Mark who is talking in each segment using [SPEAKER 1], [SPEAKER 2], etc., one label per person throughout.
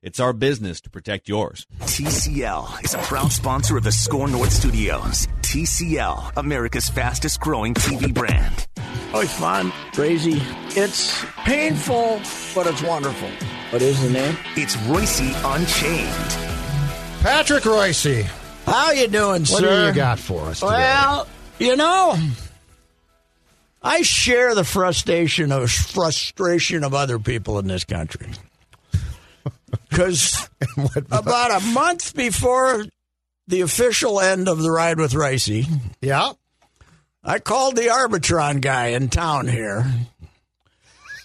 [SPEAKER 1] it's our business to protect yours.
[SPEAKER 2] TCL is a proud sponsor of the Score North Studios. TCL, America's fastest growing TV brand.
[SPEAKER 3] Oh, it's fun, crazy. It's painful, but it's wonderful. What is the name?
[SPEAKER 2] It's Royce Unchained.
[SPEAKER 4] Patrick Royce, what
[SPEAKER 3] How you doing,
[SPEAKER 4] do
[SPEAKER 3] sir?
[SPEAKER 4] you got for us today?
[SPEAKER 3] Well, you know, I share the frustration of frustration of other people in this country. Because about a month before the official end of the ride with Ricey,
[SPEAKER 4] yeah,
[SPEAKER 3] I called the Arbitron guy in town here,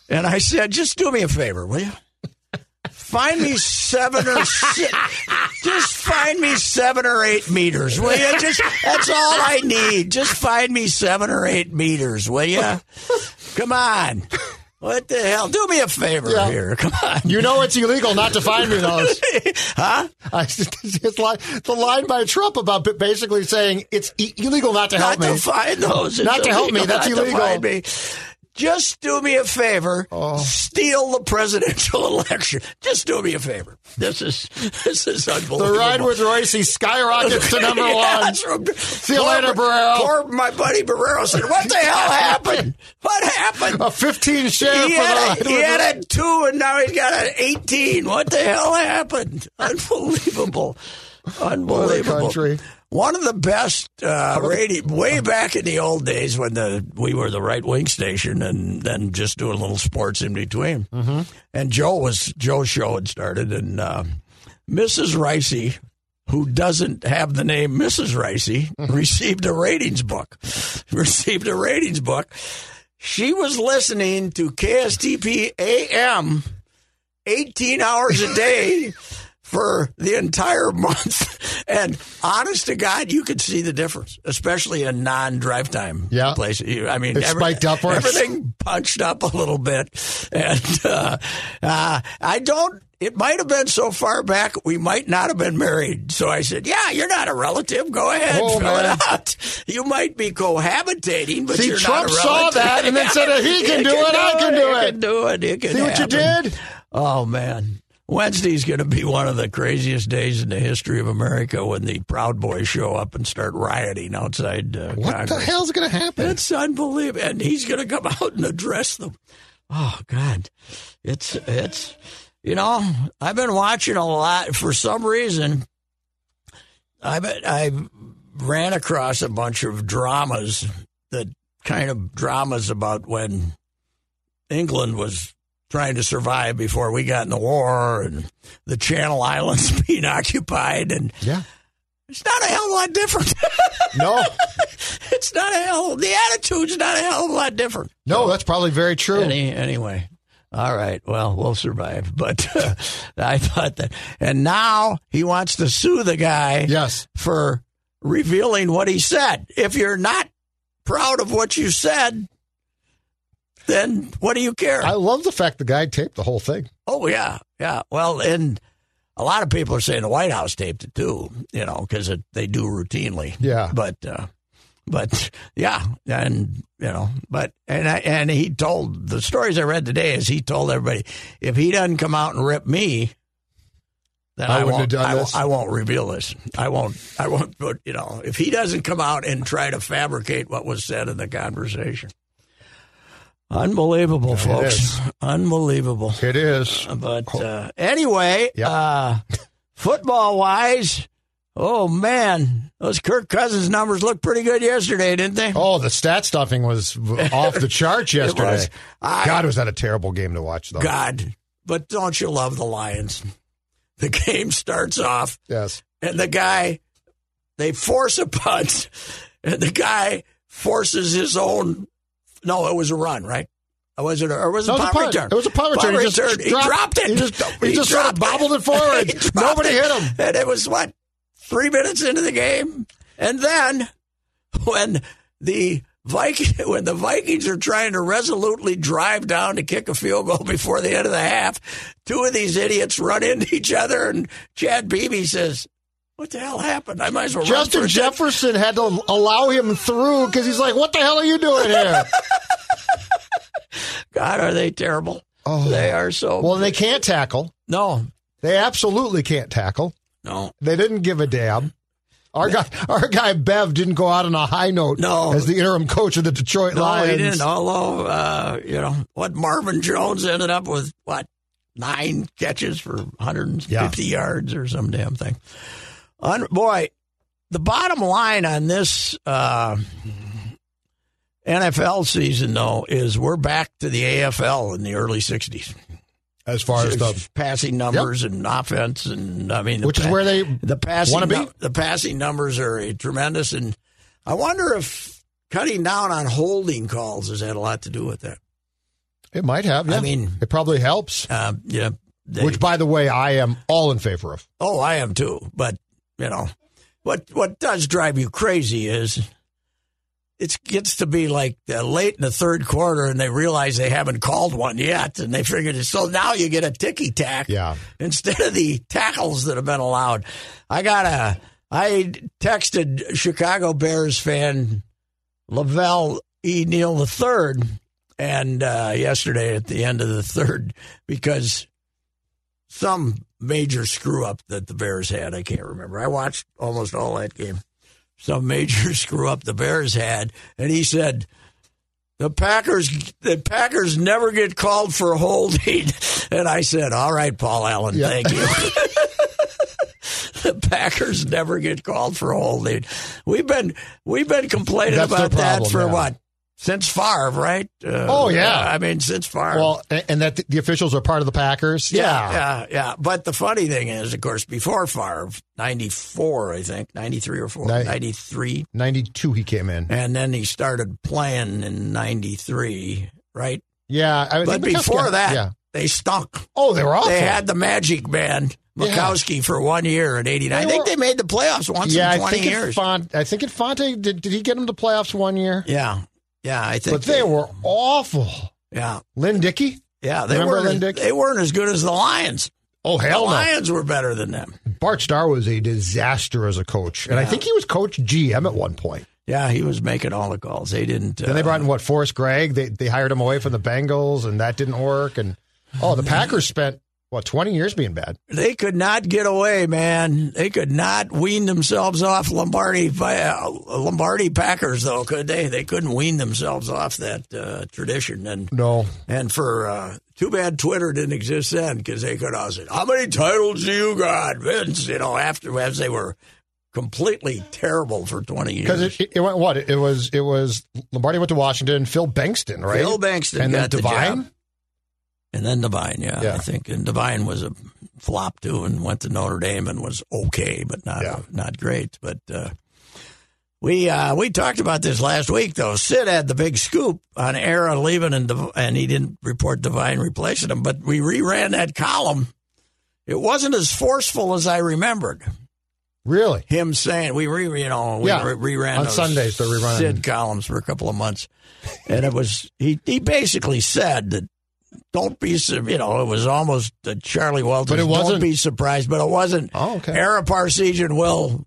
[SPEAKER 3] and I said, "Just do me a favor, will you? Find me seven or six, just find me seven or eight meters, will you? Just that's all I need. Just find me seven or eight meters, will you? Come on." What the hell? Do me a favor
[SPEAKER 4] Yeah.
[SPEAKER 3] here. Come on.
[SPEAKER 4] you know it's illegal not to find me those.
[SPEAKER 3] Huh?
[SPEAKER 4] I, it's like the line by Trump about b- basically saying it's e- illegal not to help
[SPEAKER 3] not
[SPEAKER 4] me.
[SPEAKER 3] to find those. It's
[SPEAKER 4] Not to help me.
[SPEAKER 3] illegal
[SPEAKER 4] That's
[SPEAKER 3] not to
[SPEAKER 4] illegal. Oh.
[SPEAKER 3] find me. Just do me a favor. Steal the presidential election. Just do me a favor. This is this is
[SPEAKER 4] the
[SPEAKER 3] unbelievable.
[SPEAKER 4] ride with Royce skyrockets to number
[SPEAKER 3] Yeah,
[SPEAKER 4] one.
[SPEAKER 3] that's from-
[SPEAKER 4] See you later,
[SPEAKER 3] poor-
[SPEAKER 4] Burrell.
[SPEAKER 3] poor my buddy Barrero said, "What the hell happened? What happened?"
[SPEAKER 4] A 15 share
[SPEAKER 3] He
[SPEAKER 4] for the
[SPEAKER 3] had,
[SPEAKER 4] ride
[SPEAKER 3] a, he
[SPEAKER 4] with
[SPEAKER 3] had
[SPEAKER 4] Royce.
[SPEAKER 3] a two and now he's got an 18. What the hell happened? Unbelievable. Unbelievable.
[SPEAKER 4] country.
[SPEAKER 3] One of the best uh, radio, way back in the old days when the we were the right wing station and then just doing little sports in between. And Joe was Joe's show had started and uh, Mrs. Ricey, who doesn't have the name Mrs. Ricey,
[SPEAKER 4] Mm-hmm.
[SPEAKER 3] received a ratings book. Received a ratings book. She was listening to KSTP AM 18 hours a day for the entire month. And honest to God, you could see the difference, especially in non drive time
[SPEAKER 4] Yeah.
[SPEAKER 3] places. You- I mean,
[SPEAKER 4] It spiked upwards.
[SPEAKER 3] Everything punched up a little bit. And uh, uh, I don't. It might have been so far back we might not have been married. So I said, "Yeah, you're not a relative. Go ahead,
[SPEAKER 4] Oh,
[SPEAKER 3] fill
[SPEAKER 4] man.
[SPEAKER 3] it out. You might be cohabitating, but
[SPEAKER 4] See,
[SPEAKER 3] you're
[SPEAKER 4] Trump
[SPEAKER 3] not a
[SPEAKER 4] saw
[SPEAKER 3] relative."
[SPEAKER 4] that and then said, "He can
[SPEAKER 3] You
[SPEAKER 4] do it, I can do
[SPEAKER 3] you
[SPEAKER 4] it."
[SPEAKER 3] can do it. It can
[SPEAKER 4] See what you
[SPEAKER 3] happen.
[SPEAKER 4] did?
[SPEAKER 3] Oh man. Wednesday's going to be one of the craziest days in the history of America when the Proud Boys show up and start rioting outside uh,
[SPEAKER 4] What the
[SPEAKER 3] Congress.
[SPEAKER 4] hell's going to happen?
[SPEAKER 3] It's unbelievable, and he's going to come out and address them. Oh God, it's it's you know I've been watching a lot for some reason. I bet I ran across a bunch of dramas, the kind of dramas about when England was trying to survive before we got in the war, and the Channel Islands being occupied, and
[SPEAKER 4] yeah.
[SPEAKER 3] it's not a hell of a lot different.
[SPEAKER 4] No,
[SPEAKER 3] it's not a hell. The attitude's not a hell of a lot different.
[SPEAKER 4] no, that's probably very true.
[SPEAKER 3] Any, anyway, all right. Well, we'll survive. But I thought that, and now he wants to sue the guy
[SPEAKER 4] yes.
[SPEAKER 3] for revealing what he said. If you're not proud of what you said, then what do you care?
[SPEAKER 4] I love the fact the guy taped the whole thing.
[SPEAKER 3] Oh yeah, yeah. Well, and a lot of people are saying the White House taped it too. You know, because they do routinely.
[SPEAKER 4] Yeah.
[SPEAKER 3] But uh, but yeah, and you know, but and I, and he told the stories I read today is he told everybody if he doesn't come out and rip me, then
[SPEAKER 4] I
[SPEAKER 3] I, won't.
[SPEAKER 4] wouldn't have done
[SPEAKER 3] I,
[SPEAKER 4] this.
[SPEAKER 3] I won't reveal this. I won't. I won't. But you know, if he doesn't come out and try to fabricate what was said in the conversation, unbelievable, folks,
[SPEAKER 4] is.
[SPEAKER 3] unbelievable.
[SPEAKER 4] It is.
[SPEAKER 3] But uh, anyway,
[SPEAKER 4] Yep.
[SPEAKER 3] uh, football wise, oh man, those Kirk Cousins numbers looked pretty good yesterday, didn't they?
[SPEAKER 4] Oh, the stat stuffing was v- off the charts yesterday.
[SPEAKER 3] was. I-
[SPEAKER 4] God, was that a terrible game to watch, though?
[SPEAKER 3] God, but don't you love the Lions? The game starts off,
[SPEAKER 4] Yes.
[SPEAKER 3] and the guy they force a punt, and the guy forces his own. No, it was a run, right? Was it? A, or was it
[SPEAKER 4] That
[SPEAKER 3] a
[SPEAKER 4] was
[SPEAKER 3] punt, return?
[SPEAKER 4] It was a punt return. He just
[SPEAKER 3] return. He
[SPEAKER 4] dropped-
[SPEAKER 3] it.
[SPEAKER 4] He just, he just sort
[SPEAKER 3] dropped
[SPEAKER 4] of bobbled it forward.
[SPEAKER 3] He dropped
[SPEAKER 4] Nobody
[SPEAKER 3] it.
[SPEAKER 4] hit him.
[SPEAKER 3] And it was what three minutes into the game, and then when the Viking, when the Vikings are trying to resolutely drive down to kick a field goal before the end of the half, two of these idiots run into each other, and Chad Beebe says, "What the hell happened? I might as well." run for
[SPEAKER 4] Justin
[SPEAKER 3] a touchdown."
[SPEAKER 4] Jefferson had to allow him through because he's like, "What the hell are you doing here?"
[SPEAKER 3] God, are they terrible?
[SPEAKER 4] Oh.
[SPEAKER 3] They are so
[SPEAKER 4] well, they can't tackle.
[SPEAKER 3] no,
[SPEAKER 4] They absolutely can't tackle.
[SPEAKER 3] no.
[SPEAKER 4] They didn't give a damn. Our guy, our guy Bev didn't go out on a high note
[SPEAKER 3] No.
[SPEAKER 4] as the interim coach of the Detroit
[SPEAKER 3] No,
[SPEAKER 4] Lions.
[SPEAKER 3] he didn't. Although, uh, you know, what Marvin Jones ended up with, what, nine catches for 150 yards or some damn thing. Un- boy, the bottom line on this uh, NFL season, though, is we're back to the AFL in the early 60s.
[SPEAKER 4] As far as the
[SPEAKER 3] passing numbers and offense, and I mean, the
[SPEAKER 4] which is
[SPEAKER 3] pa-
[SPEAKER 4] where they
[SPEAKER 3] the passing
[SPEAKER 4] Wanna be?
[SPEAKER 3] nu- the passing numbers are tremendous, and I wonder if cutting down on holding calls has had a lot to do with that.
[SPEAKER 4] it might have.
[SPEAKER 3] I
[SPEAKER 4] Yeah.
[SPEAKER 3] mean-
[SPEAKER 4] it probably helps.
[SPEAKER 3] Um, yeah, they-
[SPEAKER 4] which, by the way, I am all in favor of.
[SPEAKER 3] oh, I am too. But you know, what what does drive you crazy is it gets to be like uh, late in the third quarter, and they realize they haven't called one yet, and they figured it. So now you get a ticky tack.
[SPEAKER 4] Yeah.
[SPEAKER 3] instead of the tackles that have been allowed. I got a. I texted Chicago Bears fan Lavelle E. Neal III and uh, yesterday at the end of the third because some major screw up that the Bears had. I can't remember. I watched almost all that game. Some major screw up the Bears had, and he said. The Packers, the Packers never get called for holding, and I said, "All right, Paul Allen,
[SPEAKER 4] Yeah.
[SPEAKER 3] thank you." the Packers never get called for holding. We've been we've been complaining
[SPEAKER 4] That's their
[SPEAKER 3] about that
[SPEAKER 4] problem,
[SPEAKER 3] for
[SPEAKER 4] yeah.
[SPEAKER 3] what since Favre, right? Uh,
[SPEAKER 4] Oh, yeah.
[SPEAKER 3] I mean since Favre.
[SPEAKER 4] Well, and, and that the officials are part of the Packers.
[SPEAKER 3] yeah, yeah, yeah. But the funny thing is, of course, before Favre, ninety four, I think, ninety three or four,
[SPEAKER 4] Ni-
[SPEAKER 3] ninety three,
[SPEAKER 4] ninety-two he came in.
[SPEAKER 3] and then he started playing in ninety three, right?
[SPEAKER 4] Yeah, I
[SPEAKER 3] But
[SPEAKER 4] think Mikowski-
[SPEAKER 3] before that,
[SPEAKER 4] yeah.
[SPEAKER 3] they stunk.
[SPEAKER 4] Oh, they were awful.
[SPEAKER 3] They had the Magic Man
[SPEAKER 4] Yeah.
[SPEAKER 3] Mikowski for one year in '89. I
[SPEAKER 4] They
[SPEAKER 3] think
[SPEAKER 4] were-
[SPEAKER 3] they made the playoffs once
[SPEAKER 4] yeah,
[SPEAKER 3] in
[SPEAKER 4] I
[SPEAKER 3] 20
[SPEAKER 4] think
[SPEAKER 3] years.
[SPEAKER 4] Infante. I think Infante did. Did he get him to playoffs one year?
[SPEAKER 3] Yeah, yeah, I think.
[SPEAKER 4] But they were awful.
[SPEAKER 3] Yeah,
[SPEAKER 4] Lynn Dickey.
[SPEAKER 3] yeah, they
[SPEAKER 4] Remember
[SPEAKER 3] weren't.
[SPEAKER 4] Lynn Dick?
[SPEAKER 3] They weren't as good as the Lions.
[SPEAKER 4] Oh hell
[SPEAKER 3] the
[SPEAKER 4] no!
[SPEAKER 3] Lions were better than them.
[SPEAKER 4] Bart Starr was a disaster as a coach, and I think he was coach GM at one point.
[SPEAKER 3] Yeah, he was making all the calls. They didn't. uh,
[SPEAKER 4] Then they brought in what Forrest Gregg. They they hired him away from the Bengals, and that didn't work. And oh, the Packers spent what twenty years being bad.
[SPEAKER 3] They could not get away, man. They could not wean themselves off Lombardi uh, Lombardi Packers, though, could they? They couldn't wean themselves off that uh, tradition. And
[SPEAKER 4] No,
[SPEAKER 3] And for uh, too bad Twitter didn't exist then because they could have said, "How many titles do you got, Vince?" You know, after as they were completely terrible for twenty
[SPEAKER 4] because
[SPEAKER 3] years.
[SPEAKER 4] it, it, it went what it was. It was Lombardi went to Washington. Phil Bankston, right?
[SPEAKER 3] Phil Bankston
[SPEAKER 4] and then
[SPEAKER 3] got the
[SPEAKER 4] Divine.
[SPEAKER 3] job. and then Devine, yeah,
[SPEAKER 4] Yeah.
[SPEAKER 3] I think, and Devine was a flop too, and went to Notre Dame and was okay, but not
[SPEAKER 4] Yeah.
[SPEAKER 3] not great. But uh, we uh, we talked about this last week, though. Sid had the big scoop on Era leaving, and Dev- and he didn't report Devine replacing him. But we reran that column. It wasn't as forceful as I remembered
[SPEAKER 4] Really?
[SPEAKER 3] him saying we re you know we
[SPEAKER 4] Yeah.
[SPEAKER 3] re- reran
[SPEAKER 4] On
[SPEAKER 3] those
[SPEAKER 4] Sundays, they're rerunning.
[SPEAKER 3] Sid columns for a couple of months, and it was he he basically said that don't be sur- you know it was almost uh, Charlie Walters
[SPEAKER 4] But it
[SPEAKER 3] don't
[SPEAKER 4] wasn't-
[SPEAKER 3] be surprised but it wasn't
[SPEAKER 4] Oh, okay.
[SPEAKER 3] Ara Parsegian will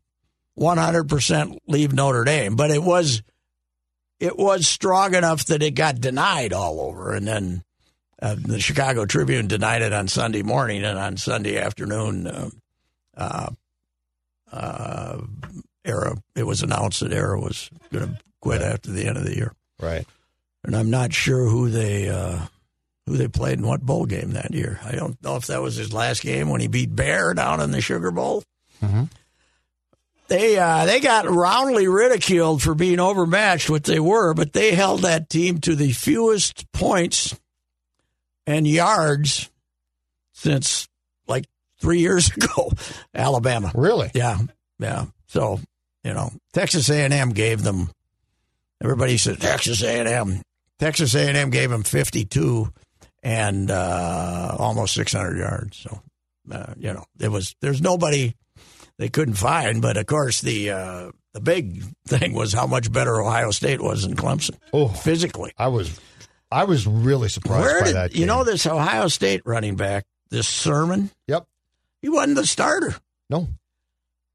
[SPEAKER 3] one hundred percent leave Notre Dame but it was it was strong enough that it got denied all over, and then uh, the Chicago Tribune denied it on Sunday morning, and on Sunday afternoon, uh, uh, uh, Era it was announced that Era was going to quit after the end of the year,
[SPEAKER 4] Right.
[SPEAKER 3] and I'm not sure who they. Uh, who they played in what bowl game that year? I don't know if that was his last game when he beat Bear down in the Sugar Bowl. They uh, they got roundly ridiculed for being overmatched, which they were, but they held that team to the fewest points and yards since like three years ago. Alabama,
[SPEAKER 4] Really?
[SPEAKER 3] yeah, yeah. So you know, Texas A and M gave them. Everybody said Texas A and M. Texas A and M gave them fifty two and uh, almost six hundred yards. So uh, you know, it was there's nobody they couldn't find. But of course, the uh, the big thing was how much better Ohio State was than Clemson
[SPEAKER 4] Oh,
[SPEAKER 3] physically.
[SPEAKER 4] I was, I was really surprised
[SPEAKER 3] Where
[SPEAKER 4] by
[SPEAKER 3] did
[SPEAKER 4] that.
[SPEAKER 3] you know
[SPEAKER 4] game.
[SPEAKER 3] this Ohio State running back? This Sermon,
[SPEAKER 4] Yep.
[SPEAKER 3] he wasn't the starter.
[SPEAKER 4] No,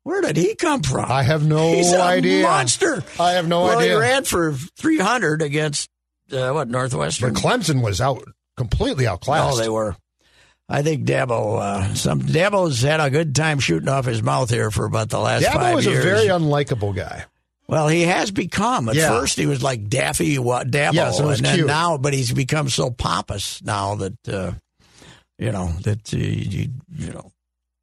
[SPEAKER 3] Where did he come from?
[SPEAKER 4] I have no
[SPEAKER 3] He's a
[SPEAKER 4] idea.
[SPEAKER 3] monster.
[SPEAKER 4] I have no
[SPEAKER 3] well,
[SPEAKER 4] idea.
[SPEAKER 3] he ran for 300 against uh, what Northwestern.
[SPEAKER 4] but Clemson was out completely outclassed.
[SPEAKER 3] No, they were. I think Dabo. Uh, some Dabo's had a good time shooting off his mouth here for about the last
[SPEAKER 4] Dabo
[SPEAKER 3] five
[SPEAKER 4] was
[SPEAKER 3] years.
[SPEAKER 4] a very unlikable guy.
[SPEAKER 3] well, he has become. At
[SPEAKER 4] Yeah.
[SPEAKER 3] first, he was like Daffy wa- Dabo,
[SPEAKER 4] Yes, it was
[SPEAKER 3] and then
[SPEAKER 4] cute.
[SPEAKER 3] now, but he's become so pompous now that uh, you know that uh, you, you know.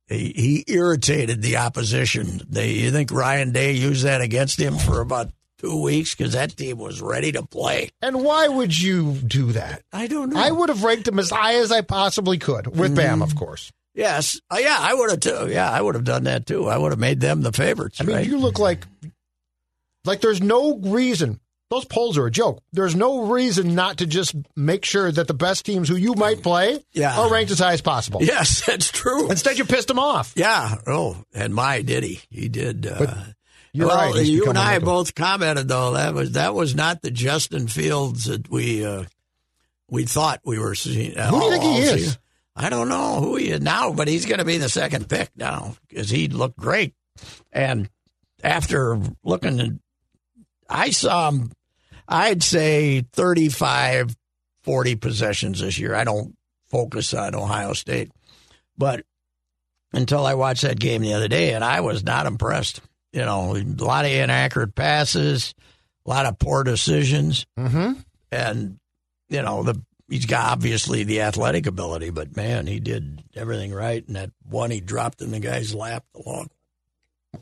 [SPEAKER 3] He, he irritated the opposition. They, you think Ryan Day used that against him for about two weeks because that team was ready to play.
[SPEAKER 4] And why would you do that?
[SPEAKER 3] I don't know.
[SPEAKER 4] I would have ranked him as high as I possibly could,
[SPEAKER 3] Mm-hmm.
[SPEAKER 4] with Bam, of course.
[SPEAKER 3] Yes. Uh, yeah, I would have too. Yeah, I would have done that too. I would have made them the favorites.
[SPEAKER 4] I mean,
[SPEAKER 3] right? Mm-hmm.
[SPEAKER 4] you look like like there's no reason. Those polls are a joke. There's no reason not to just make sure that the best teams who you might play
[SPEAKER 3] Yeah.
[SPEAKER 4] are ranked as high as possible.
[SPEAKER 3] yes, that's true.
[SPEAKER 4] Instead, you pissed them off.
[SPEAKER 3] yeah. Oh, and my did he? He did. Uh,
[SPEAKER 4] But you're
[SPEAKER 3] well,
[SPEAKER 4] right, he's
[SPEAKER 3] you
[SPEAKER 4] become
[SPEAKER 3] and I
[SPEAKER 4] unlikable.
[SPEAKER 3] both commented though that was that was not the Justin Fields that we uh, we thought we were seeing.
[SPEAKER 4] Who do you think he
[SPEAKER 3] all
[SPEAKER 4] is?
[SPEAKER 3] season. I don't know who he is now, but he's going to be the second pick now because he looked great. And after looking, at- I saw him. I'd say 35, 40 possessions this year. I don't focus on Ohio State, but until I watched that game the other day, and I was not impressed. You know, a lot of inaccurate passes, a lot of poor decisions,
[SPEAKER 4] Mm-hmm.
[SPEAKER 3] and you know the he's got obviously the athletic ability, but man, he did everything right. And that one he dropped in the guy's lap, the long,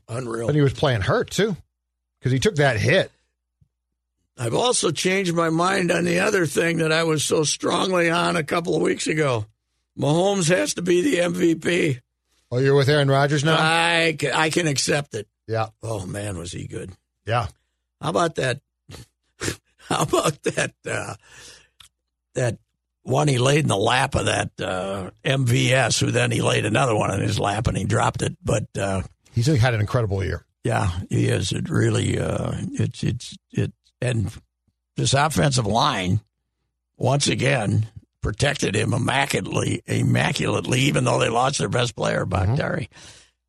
[SPEAKER 3] unreal.
[SPEAKER 4] But he was playing hurt too, because he took that hit.
[SPEAKER 3] I've also changed my mind on the other thing that I was so strongly on a couple of weeks ago. Mahomes has to be the MVP.
[SPEAKER 4] Oh, you're with Aaron Rodgers now.
[SPEAKER 3] I, ca- I can accept it.
[SPEAKER 4] yeah,
[SPEAKER 3] Oh, man, was he good.
[SPEAKER 4] yeah.
[SPEAKER 3] How about that? How about that? Uh, that one he laid in the lap of that uh, MVS, who then he laid another one in his lap and he dropped it. But uh,
[SPEAKER 4] He's had an incredible year.
[SPEAKER 3] yeah, he is. It really, uh, it's, it's, it, and this offensive line, once again, protected him immaculately, immaculately, even though they lost their best player, Bakhtari.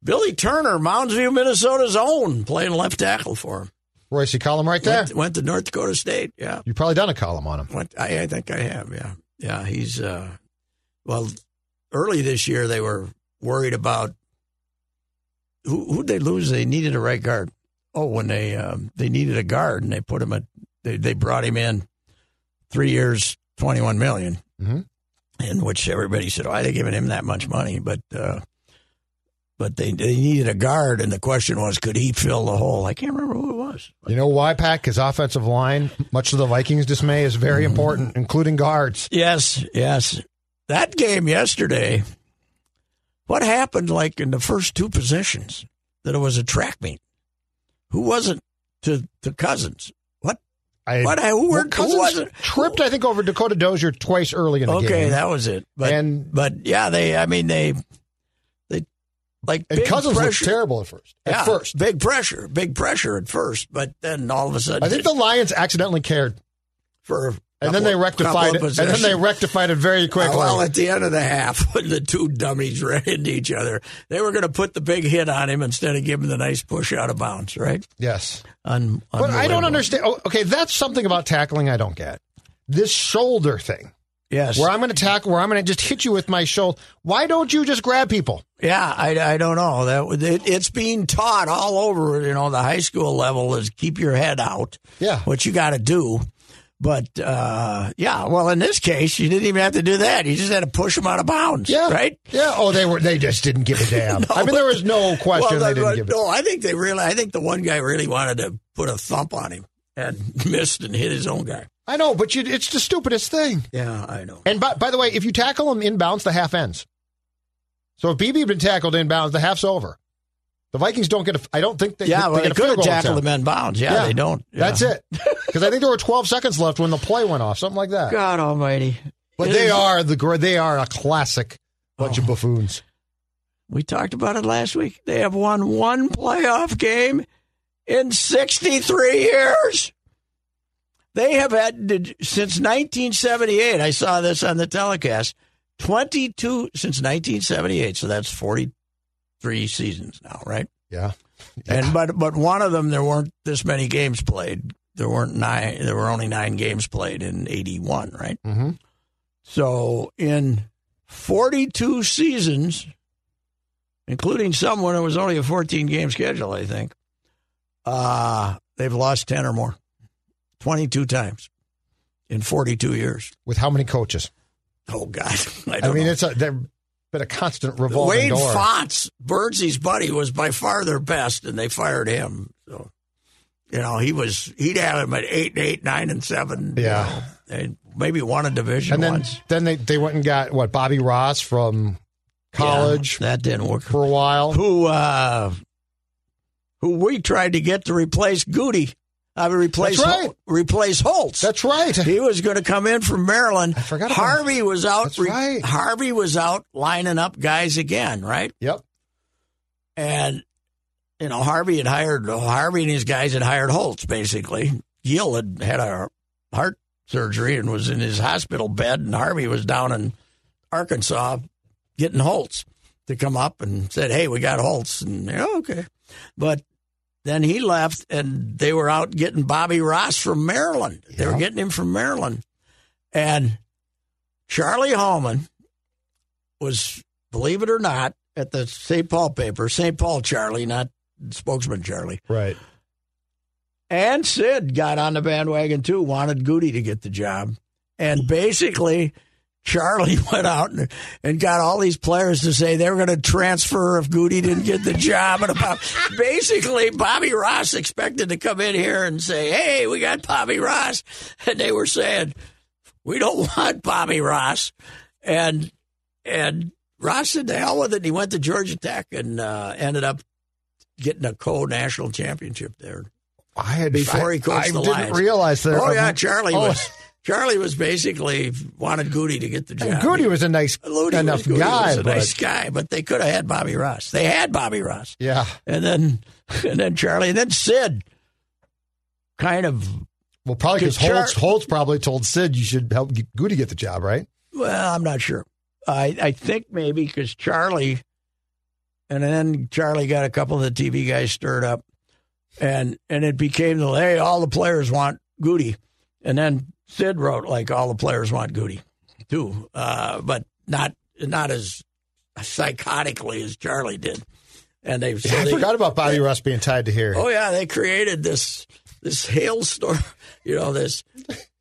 [SPEAKER 3] Billy Turner, Moundsview, Minnesota's own, playing left tackle for him.
[SPEAKER 4] Royce, you column right there.
[SPEAKER 3] Went, went to North Dakota State. Yeah.
[SPEAKER 4] You've probably done a column on him.
[SPEAKER 3] Went, I, I think I have. Yeah. Yeah. He's, uh, well, early this year, they were worried about who, who'd they lose? They needed a right guard. Oh, when they, um, they needed a guard and they put him at, they, they brought him in three years, 21 million.
[SPEAKER 4] Mhm.
[SPEAKER 3] In which everybody said, "Why are they giving him that much money?" But uh, but they they needed a guard, and the question was, could he fill the hole? I can't remember who it was.
[SPEAKER 4] You know why, Pack? His offensive line, much to the Vikings' dismay, is very important, including guards.
[SPEAKER 3] Yes, yes. That game yesterday, what happened like in the first two possessions that it was a track meet? Who wasn't to, to Cousins? What?
[SPEAKER 4] I,
[SPEAKER 3] What? uh, Who were- who
[SPEAKER 4] Cousins
[SPEAKER 3] was it?
[SPEAKER 4] tripped, I think, over Dakota Dozier twice early in the
[SPEAKER 3] okay,
[SPEAKER 4] game.
[SPEAKER 3] that was it. But,
[SPEAKER 4] And-
[SPEAKER 3] but yeah, they, I mean, they, they, like,
[SPEAKER 4] and
[SPEAKER 3] big
[SPEAKER 4] Cousins looked
[SPEAKER 3] pressure.
[SPEAKER 4] terrible at first. At
[SPEAKER 3] Yeah,
[SPEAKER 4] first,
[SPEAKER 3] Big pressure, big pressure at first, but then all of a sudden,
[SPEAKER 4] I think the Lions accidentally cared.
[SPEAKER 3] for
[SPEAKER 4] And then they rectified it.
[SPEAKER 3] couple
[SPEAKER 4] And
[SPEAKER 3] of
[SPEAKER 4] then they
[SPEAKER 3] possessions.
[SPEAKER 4] rectified it very quickly.
[SPEAKER 3] Well, at the end of the half, when the two dummies ran into each other, they were going to put the big hit on him instead of giving the nice push out of bounds, right?
[SPEAKER 4] yes.
[SPEAKER 3] Un-
[SPEAKER 4] But I don't
[SPEAKER 3] unbelievable.
[SPEAKER 4] understand. oh, okay, that's something about tackling I don't get. This shoulder thing,
[SPEAKER 3] Yes.
[SPEAKER 4] where I'm going to tackle, where I'm going to just hit you with my shoulder. Why don't you just grab people?
[SPEAKER 3] Yeah, I, I don't know. That would- it, it's being taught all over. You know, the high school level is keep your head out.
[SPEAKER 4] Yeah.
[SPEAKER 3] what you got to do. But uh, yeah, well, in this case, you didn't even have to do that. You just had to push him out of bounds.
[SPEAKER 4] Yeah,
[SPEAKER 3] right.
[SPEAKER 4] Yeah. Oh, they were. They just didn't give a damn. I mean, there was no
[SPEAKER 3] Well,
[SPEAKER 4] question they didn't
[SPEAKER 3] but-
[SPEAKER 4] give.
[SPEAKER 3] No, I think they really. I think the one guy really wanted to put a thump on him and missed and hit his own guy.
[SPEAKER 4] I know, but you, it's the stupidest thing.
[SPEAKER 3] Yeah, I know.
[SPEAKER 4] And by, by the way, if you tackle them inbounds, the half ends. So if BB had been tackled inbounds, the half's over. The Vikings don't get a. I don't think they.
[SPEAKER 3] yeah,
[SPEAKER 4] they
[SPEAKER 3] well,
[SPEAKER 4] get
[SPEAKER 3] they
[SPEAKER 4] a
[SPEAKER 3] could
[SPEAKER 4] field
[SPEAKER 3] have
[SPEAKER 4] goal
[SPEAKER 3] tackled
[SPEAKER 4] attempt.
[SPEAKER 3] him in bounds. Yeah, they don't. Yeah.
[SPEAKER 4] That's it. Because I think there were 12 seconds left when the play went off, something like that.
[SPEAKER 3] God Almighty.
[SPEAKER 4] But
[SPEAKER 3] It
[SPEAKER 4] they
[SPEAKER 3] is- Oh.
[SPEAKER 4] are the gr- they are a classic bunch of buffoons.
[SPEAKER 3] We talked about it last week. They have won one playoff game in 63 years. They have had did- since 1978. I saw this on the telecast. 22 since 1978. So that's 43 seasons now, right?
[SPEAKER 4] Yeah.
[SPEAKER 3] And but but one of them there weren't this many games played. There weren't nine. There were only nine games played in '81, right?
[SPEAKER 4] Mhm.
[SPEAKER 3] So in 42 seasons, including some when it was only a 14 game schedule, I think, uh, they've lost 10 or more, 22 times in 42 years.
[SPEAKER 4] With how many coaches?
[SPEAKER 3] Oh God, I
[SPEAKER 4] I,
[SPEAKER 3] don't
[SPEAKER 4] mean,
[SPEAKER 3] know.
[SPEAKER 4] it's a, they've been a constant revolving
[SPEAKER 3] Wade
[SPEAKER 4] door.
[SPEAKER 3] Fox, Birdsee's buddy, was by far their best, and they fired him. So, you know, he was he'd have him at eight and eight, nine and seven. you
[SPEAKER 4] Yeah.
[SPEAKER 3] know, and maybe won a division
[SPEAKER 4] and then
[SPEAKER 3] once.
[SPEAKER 4] then they, they went and got what Bobby Ross from college
[SPEAKER 3] Yeah, that didn't work.
[SPEAKER 4] for a while.
[SPEAKER 3] Who, uh, who we tried to get to replace Goody? I mean, replace
[SPEAKER 4] That's right.
[SPEAKER 3] Hol- replace Holtz.
[SPEAKER 4] That's right.
[SPEAKER 3] he was going to come in from Maryland.
[SPEAKER 4] I forgot about-
[SPEAKER 3] Harvey was out.
[SPEAKER 4] That's right.
[SPEAKER 3] Harvey was out lining up guys again, right?
[SPEAKER 4] Yep.
[SPEAKER 3] and you know Harvey had hired Harvey and his guys had hired Holtz basically. Gill had had a heart surgery and was in his hospital bed, and Harvey was down in Arkansas getting Holtz to come up and said, "Hey, we got Holtz," and yeah, okay, but. Then he left, and they were out getting Bobby Ross from Maryland. They were
[SPEAKER 4] Yeah.
[SPEAKER 3] getting him from Maryland, and Charlie Hallman was, believe it or not, at the St. Paul paper, St. Paul Charlie, not spokesman Charlie.
[SPEAKER 4] Right.
[SPEAKER 3] And Sid got on the bandwagon too, wanted Goody to get the job. And basically, Charlie went out and, and got all these players to say they were going to transfer if Goody didn't get the job. And about basically, Bobby Ross expected to come in here and say, "Hey, we got Bobby Ross," and they were saying, "We don't want Bobby Ross," and and Ross said, "The hell with it." And he went to Georgia Tech and uh, ended up getting a co-national championship there
[SPEAKER 4] I had
[SPEAKER 3] before
[SPEAKER 4] I,
[SPEAKER 3] he coached
[SPEAKER 4] I
[SPEAKER 3] the
[SPEAKER 4] didn't
[SPEAKER 3] Lions.
[SPEAKER 4] realize that.
[SPEAKER 3] Oh yeah,
[SPEAKER 4] um,
[SPEAKER 3] Charlie
[SPEAKER 4] oh,
[SPEAKER 3] was Charlie was basically wanted Goody to get the job.
[SPEAKER 4] and Goody was a nice
[SPEAKER 3] Goody
[SPEAKER 4] enough
[SPEAKER 3] was- Goody
[SPEAKER 4] guy,
[SPEAKER 3] was a
[SPEAKER 4] but
[SPEAKER 3] nice guy, but they could have had Bobby Ross. They had Bobby Ross,
[SPEAKER 4] yeah.
[SPEAKER 3] and then and then Charlie, and then Sid, kind of.
[SPEAKER 4] Well, probably because
[SPEAKER 3] Could Char-
[SPEAKER 4] Holtz, Holtz probably told Sid you should help get Goody get the job, right?
[SPEAKER 3] Well, I'm not sure. I I think maybe because Charlie, and then Charlie got a couple of the TV guys stirred up, and and it became the hey, all the players want Goody, and then Sid wrote like all the players want Goody. too, uh, but not not as psychotically as Charlie did. And they've
[SPEAKER 4] I
[SPEAKER 3] they-
[SPEAKER 4] forgot about Bobby Ross being tied to here.
[SPEAKER 3] Oh yeah, they created this this hailstorm, you know this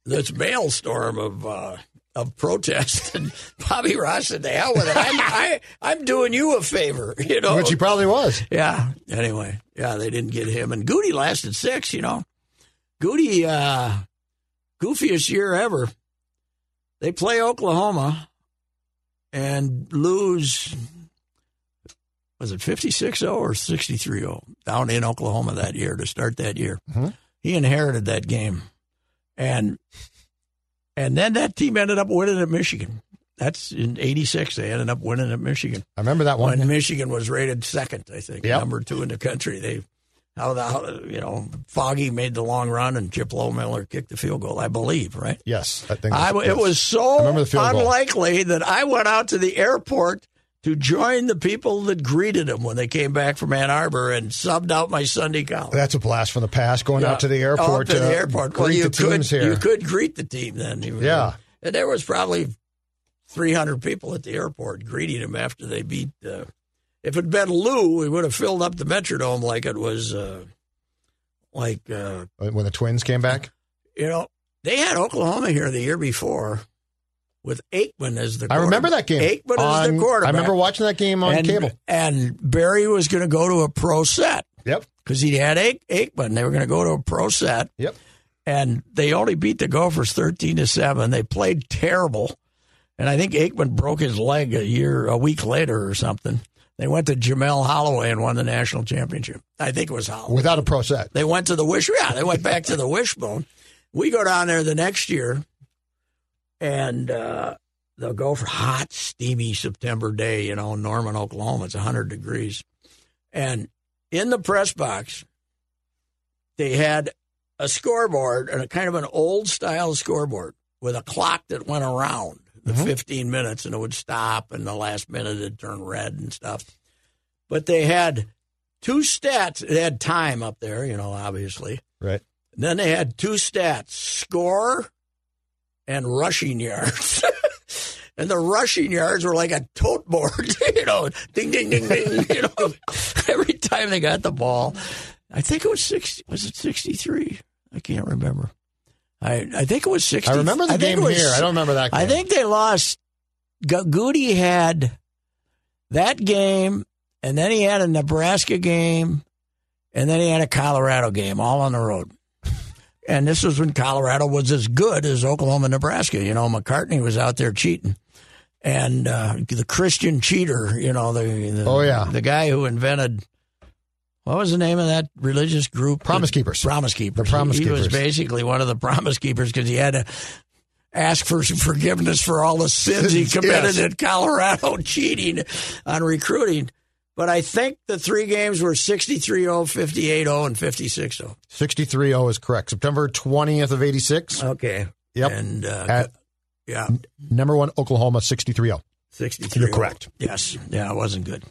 [SPEAKER 3] this maelstrom of uh, of protest. And Bobby Ross said, "The hell with it! I'm I, I'm doing you a favor," you know.
[SPEAKER 4] Which he probably was.
[SPEAKER 3] Yeah. Anyway, yeah, they didn't get him, and Goody lasted six. You know, Goody, uh, goofiest year ever. They play Oklahoma and lose. Was it 56 0 or 63 0 down in Oklahoma that year to start that year?
[SPEAKER 4] Mhm.
[SPEAKER 3] He inherited that game. And and then that team ended up winning at Michigan. That's in 86. They ended up winning at Michigan
[SPEAKER 4] I remember that one.
[SPEAKER 3] when Michigan was rated second, I think,
[SPEAKER 4] Yep.
[SPEAKER 3] number two in the country. They how the how, you know Foggy made the long run and Chip Miller kicked the field goal. I believe, right?
[SPEAKER 4] Yes, I think
[SPEAKER 3] I,
[SPEAKER 4] that's-
[SPEAKER 3] it was
[SPEAKER 4] I
[SPEAKER 3] so
[SPEAKER 4] remember the field goal.
[SPEAKER 3] unlikely that I went out to the airport to join the people that greeted him when they came back from Ann Arbor and subbed out my Sunday college.
[SPEAKER 4] That's a blast from the past. Going out to the airport
[SPEAKER 3] Up
[SPEAKER 4] to
[SPEAKER 3] in the airport.
[SPEAKER 4] greet
[SPEAKER 3] well, you
[SPEAKER 4] the
[SPEAKER 3] could,
[SPEAKER 4] teams here.
[SPEAKER 3] You could greet the team then. You-
[SPEAKER 4] Yeah.
[SPEAKER 3] And there was probably 300 people at the airport greeting him after they beat. Uh, if it had been Lou, we would have filled up the Metrodome like it was, uh, like, uh,
[SPEAKER 4] when the Twins came back.
[SPEAKER 3] you know, they had Oklahoma here the year before with Aikman as the
[SPEAKER 4] I remember that game.
[SPEAKER 3] Aikman as
[SPEAKER 4] on-
[SPEAKER 3] the quarterback.
[SPEAKER 4] I remember watching that game on
[SPEAKER 3] and,
[SPEAKER 4] cable.
[SPEAKER 3] And Barry was going to go to a pro set
[SPEAKER 4] Yep,
[SPEAKER 3] because he had Aik- Aikman. They were going to go to a pro set
[SPEAKER 4] yep.
[SPEAKER 3] and they only beat the Gophers thirteen to seven. They played terrible, and I think Aikman broke his leg a year, a week later or something. They went to Jamel Holloway and won the national championship. I think it was Holloway.
[SPEAKER 4] Without a pro set.
[SPEAKER 3] They went to the wish. Yeah, they went back to the wishbone. We go down there the next year, and uh, they'll go for hot, steamy September day. You know, Norman, Oklahoma. It's hundred degrees, and in the press box, they had a scoreboard and a kind of an old style scoreboard with a clock that went around the fifteen minutes, and it would stop, and the last minute it'd turn red and stuff. But they had two stats. They had time up there, you know, obviously.
[SPEAKER 4] Right.
[SPEAKER 3] And then they had two stats score and rushing yards. and the rushing yards were like a tote board, you know, ding, ding, ding, ding, you know, every time they got the ball. I think it was 60, was it 63? I can't remember. I, I think it was 60.
[SPEAKER 4] I remember the
[SPEAKER 3] think
[SPEAKER 4] game
[SPEAKER 3] it was-
[SPEAKER 4] here. I don't remember that. Game.
[SPEAKER 3] I think they lost. Go- Goody had that game, and then he had a Nebraska game, and then he had a Colorado game, all on the road. And this was when Colorado was as good as Oklahoma, Nebraska. You know, McCartney was out there cheating, and uh, the Christian cheater. You know, the, the
[SPEAKER 4] Oh, yeah.
[SPEAKER 3] the guy who invented what was the name of that religious group?
[SPEAKER 4] Promise
[SPEAKER 3] that-
[SPEAKER 4] Keepers.
[SPEAKER 3] Promise Keepers.
[SPEAKER 4] The Promise
[SPEAKER 3] he, He was
[SPEAKER 4] Keepers.
[SPEAKER 3] basically one of the Promise Keepers because he had to ask for some forgiveness for all the sins he
[SPEAKER 4] Yes.
[SPEAKER 3] committed in Colorado cheating on recruiting. But I think the three games were 63 0, 58 0, oh, and 56 0.
[SPEAKER 4] 63-0 is correct. September 20th of 86.
[SPEAKER 3] Okay.
[SPEAKER 4] Yep.
[SPEAKER 3] And, uh,
[SPEAKER 4] At-
[SPEAKER 3] yeah,
[SPEAKER 4] Number one, Oklahoma, oh. 63-0.
[SPEAKER 3] 63.
[SPEAKER 4] You're correct.
[SPEAKER 3] Yes. Yeah, it wasn't good.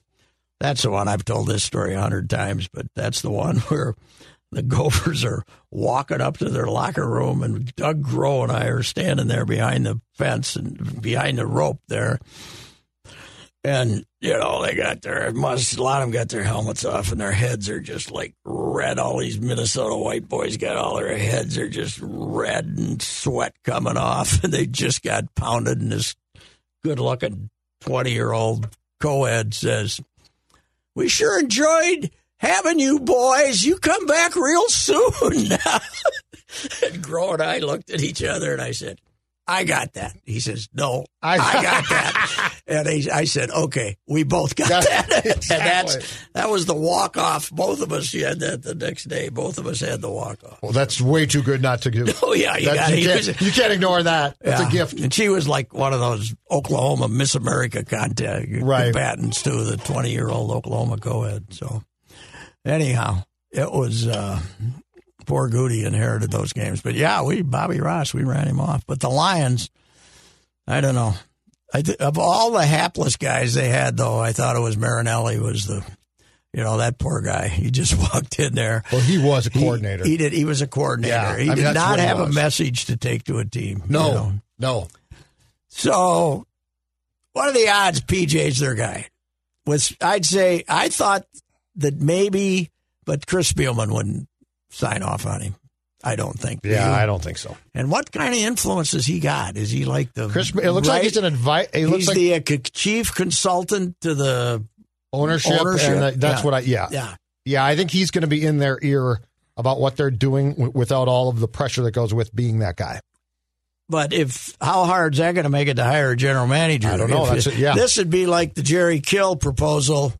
[SPEAKER 3] That's the one I've told this story a hundred times, but that's the one where the Gophers are walking up to their locker room, and Doug Groh and I are standing there behind the fence and behind the rope there. And, you know, they got their, must, a lot of them got their helmets off, and their heads are just like red. All these Minnesota white boys got all their heads are just red and sweat coming off, and they just got pounded, and this good looking 20 year old co ed says, We sure enjoyed having you boys. You come back real soon. and Gro and I looked at each other and I said, I got that. He says, No, I,
[SPEAKER 4] I-
[SPEAKER 3] got that. and he, I said, Okay, we both got
[SPEAKER 4] That's-
[SPEAKER 3] that. and
[SPEAKER 4] exactly.
[SPEAKER 3] that's, that was the walk off. Both of us had that the next day. Both of us had the walk off.
[SPEAKER 4] Well, that's way too good not to do.
[SPEAKER 3] Oh, yeah, you got it.
[SPEAKER 4] That, you,
[SPEAKER 3] He
[SPEAKER 4] can't,
[SPEAKER 3] was-
[SPEAKER 4] you can't ignore that. That's a
[SPEAKER 3] yeah.
[SPEAKER 4] gift.
[SPEAKER 3] And she was like one of those Oklahoma Miss America contest
[SPEAKER 4] Right.
[SPEAKER 3] combatants too, the twenty year old Oklahoma co ed. So anyhow, it was uh poor Goody inherited those games. But yeah, we Bobby Ross, we ran him off. But the Lions, I don't know. I th- of all the hapless guys they had though, I thought it was Marinelli was the you know, that poor guy. He just walked in there.
[SPEAKER 4] Well, he was a
[SPEAKER 3] He-
[SPEAKER 4] coordinator.
[SPEAKER 3] He, did. He was a coordinator.
[SPEAKER 4] Yeah,
[SPEAKER 3] he
[SPEAKER 4] I mean,
[SPEAKER 3] did
[SPEAKER 4] that's
[SPEAKER 3] not
[SPEAKER 4] what he
[SPEAKER 3] have a
[SPEAKER 4] was.
[SPEAKER 3] message to take to a team. you
[SPEAKER 4] no,
[SPEAKER 3] know.
[SPEAKER 4] no.
[SPEAKER 3] So, what are the odds PJ's their guy? With I'd say I thought that maybe, but Chris Spielman wouldn't sign off on him. I don't think. Do
[SPEAKER 4] Yeah,
[SPEAKER 3] you?
[SPEAKER 4] I don't think so.
[SPEAKER 3] and what kind of influence has he got? Is he like the
[SPEAKER 4] Chris, it looks like
[SPEAKER 3] right-
[SPEAKER 4] he's an advice. He looks
[SPEAKER 3] he's
[SPEAKER 4] like
[SPEAKER 3] the uh, c- chief consultant to the
[SPEAKER 4] ownership.
[SPEAKER 3] ownership,
[SPEAKER 4] And that- that's
[SPEAKER 3] yeah.
[SPEAKER 4] what I. Yeah, yeah.
[SPEAKER 3] yeah.
[SPEAKER 4] I think he's going to be in their ear about what they're doing w- without all of the pressure that goes with being that guy.
[SPEAKER 3] But if how hard is that going to make it to hire a general manager?
[SPEAKER 4] I don't know.
[SPEAKER 3] If-
[SPEAKER 4] That's it. Yeah.
[SPEAKER 3] This would be like the Jerry Kill proposal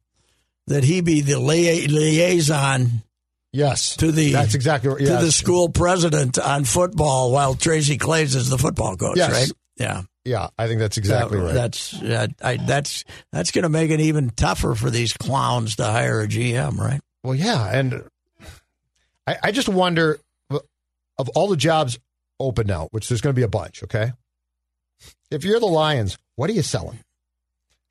[SPEAKER 3] that he be the lia- liaison
[SPEAKER 4] Yes,
[SPEAKER 3] to the
[SPEAKER 4] that's exactly right.
[SPEAKER 3] to
[SPEAKER 4] Yes.
[SPEAKER 3] the school president on football while Tracy Clays is the football coach,
[SPEAKER 4] Yes.
[SPEAKER 3] right? Yeah,
[SPEAKER 4] yeah, I think that's exactly
[SPEAKER 3] That-
[SPEAKER 4] right.
[SPEAKER 3] That's yeah, I, that's that's going to make it even tougher for these clowns to hire a GM, right?
[SPEAKER 4] Well, yeah, and I, I just wonder uh, of all the jobs open now, which there's going to be a bunch, okay? If you're the Lions, what are you selling?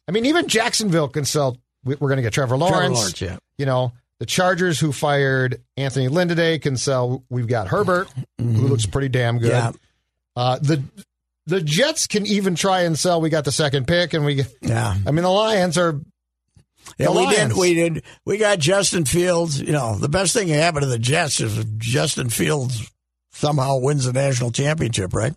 [SPEAKER 4] I mean, even Jacksonville can sell. we- We're going to get Trevor Lawrence.
[SPEAKER 3] Lawrence, yeah.
[SPEAKER 4] You know, the Chargers, who fired Anthony Lynn today, can sell. We've got Herbert, who looks pretty damn good.
[SPEAKER 3] Yeah.
[SPEAKER 4] Uh, the the Jets can even try and sell. We got the second pick, and we.
[SPEAKER 3] Yeah.
[SPEAKER 4] I mean, the Lions are.
[SPEAKER 3] Yeah,
[SPEAKER 4] The
[SPEAKER 3] we did.
[SPEAKER 4] Lions.
[SPEAKER 3] We did. We got Justin Fields. You know, the best thing that happened to the Jets is Justin Fields somehow wins the national championship, right?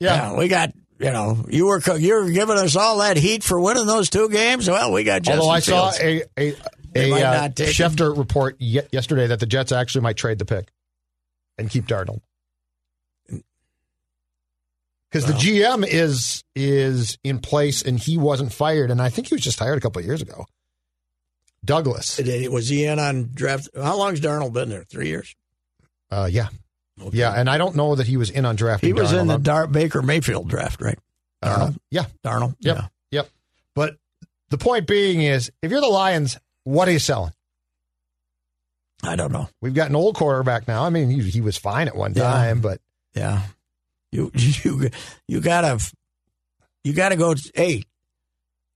[SPEAKER 4] Yeah.
[SPEAKER 3] we got. You know, you were co- you were giving us all that heat for winning those two games. Well, we got Justin
[SPEAKER 4] Although I saw
[SPEAKER 3] Fields.
[SPEAKER 4] a a
[SPEAKER 3] They
[SPEAKER 4] a
[SPEAKER 3] might
[SPEAKER 4] uh,
[SPEAKER 3] not take him.
[SPEAKER 4] Schefter report ye- yesterday that the Jets actually might trade the pick and keep Darnold because the GM is is in place and he wasn't fired and I think he was just hired a couple of years ago. Douglas,
[SPEAKER 3] Did- was he in on draft? How long's Darnold been there? Three years.
[SPEAKER 4] uh, yeah, yeah, and I don't know that he was in on drafting.
[SPEAKER 3] He was in the
[SPEAKER 4] Darnold. um,
[SPEAKER 3] Dar- Baker Mayfield draft, right?
[SPEAKER 4] Uh,
[SPEAKER 3] Darnold.
[SPEAKER 4] yeah,
[SPEAKER 3] Darnold.
[SPEAKER 4] Yep.
[SPEAKER 3] Yeah.
[SPEAKER 4] Yep. But the point being is, if you're the Lions, what are you selling?
[SPEAKER 3] I don't know.
[SPEAKER 4] We've got an old quarterback now. I mean, he, he was fine at one
[SPEAKER 3] Yeah.
[SPEAKER 4] time, but
[SPEAKER 3] Yeah. You you you gotta you gotta go hey,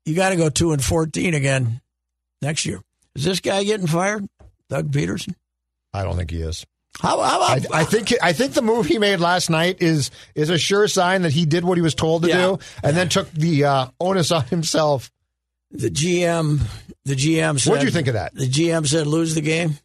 [SPEAKER 3] you gotta go two and fourteen again next year. Is this guy getting fired? Doug Peterson?
[SPEAKER 4] I don't think he is.
[SPEAKER 3] How how
[SPEAKER 4] I,
[SPEAKER 3] about
[SPEAKER 4] I think I think the move he made last night is is a sure sign that he did what he was told to
[SPEAKER 3] Yeah.
[SPEAKER 4] do, and then took the uh, onus on himself.
[SPEAKER 3] the GM the GM said
[SPEAKER 4] What do you think of that?
[SPEAKER 3] The GM said lose the game.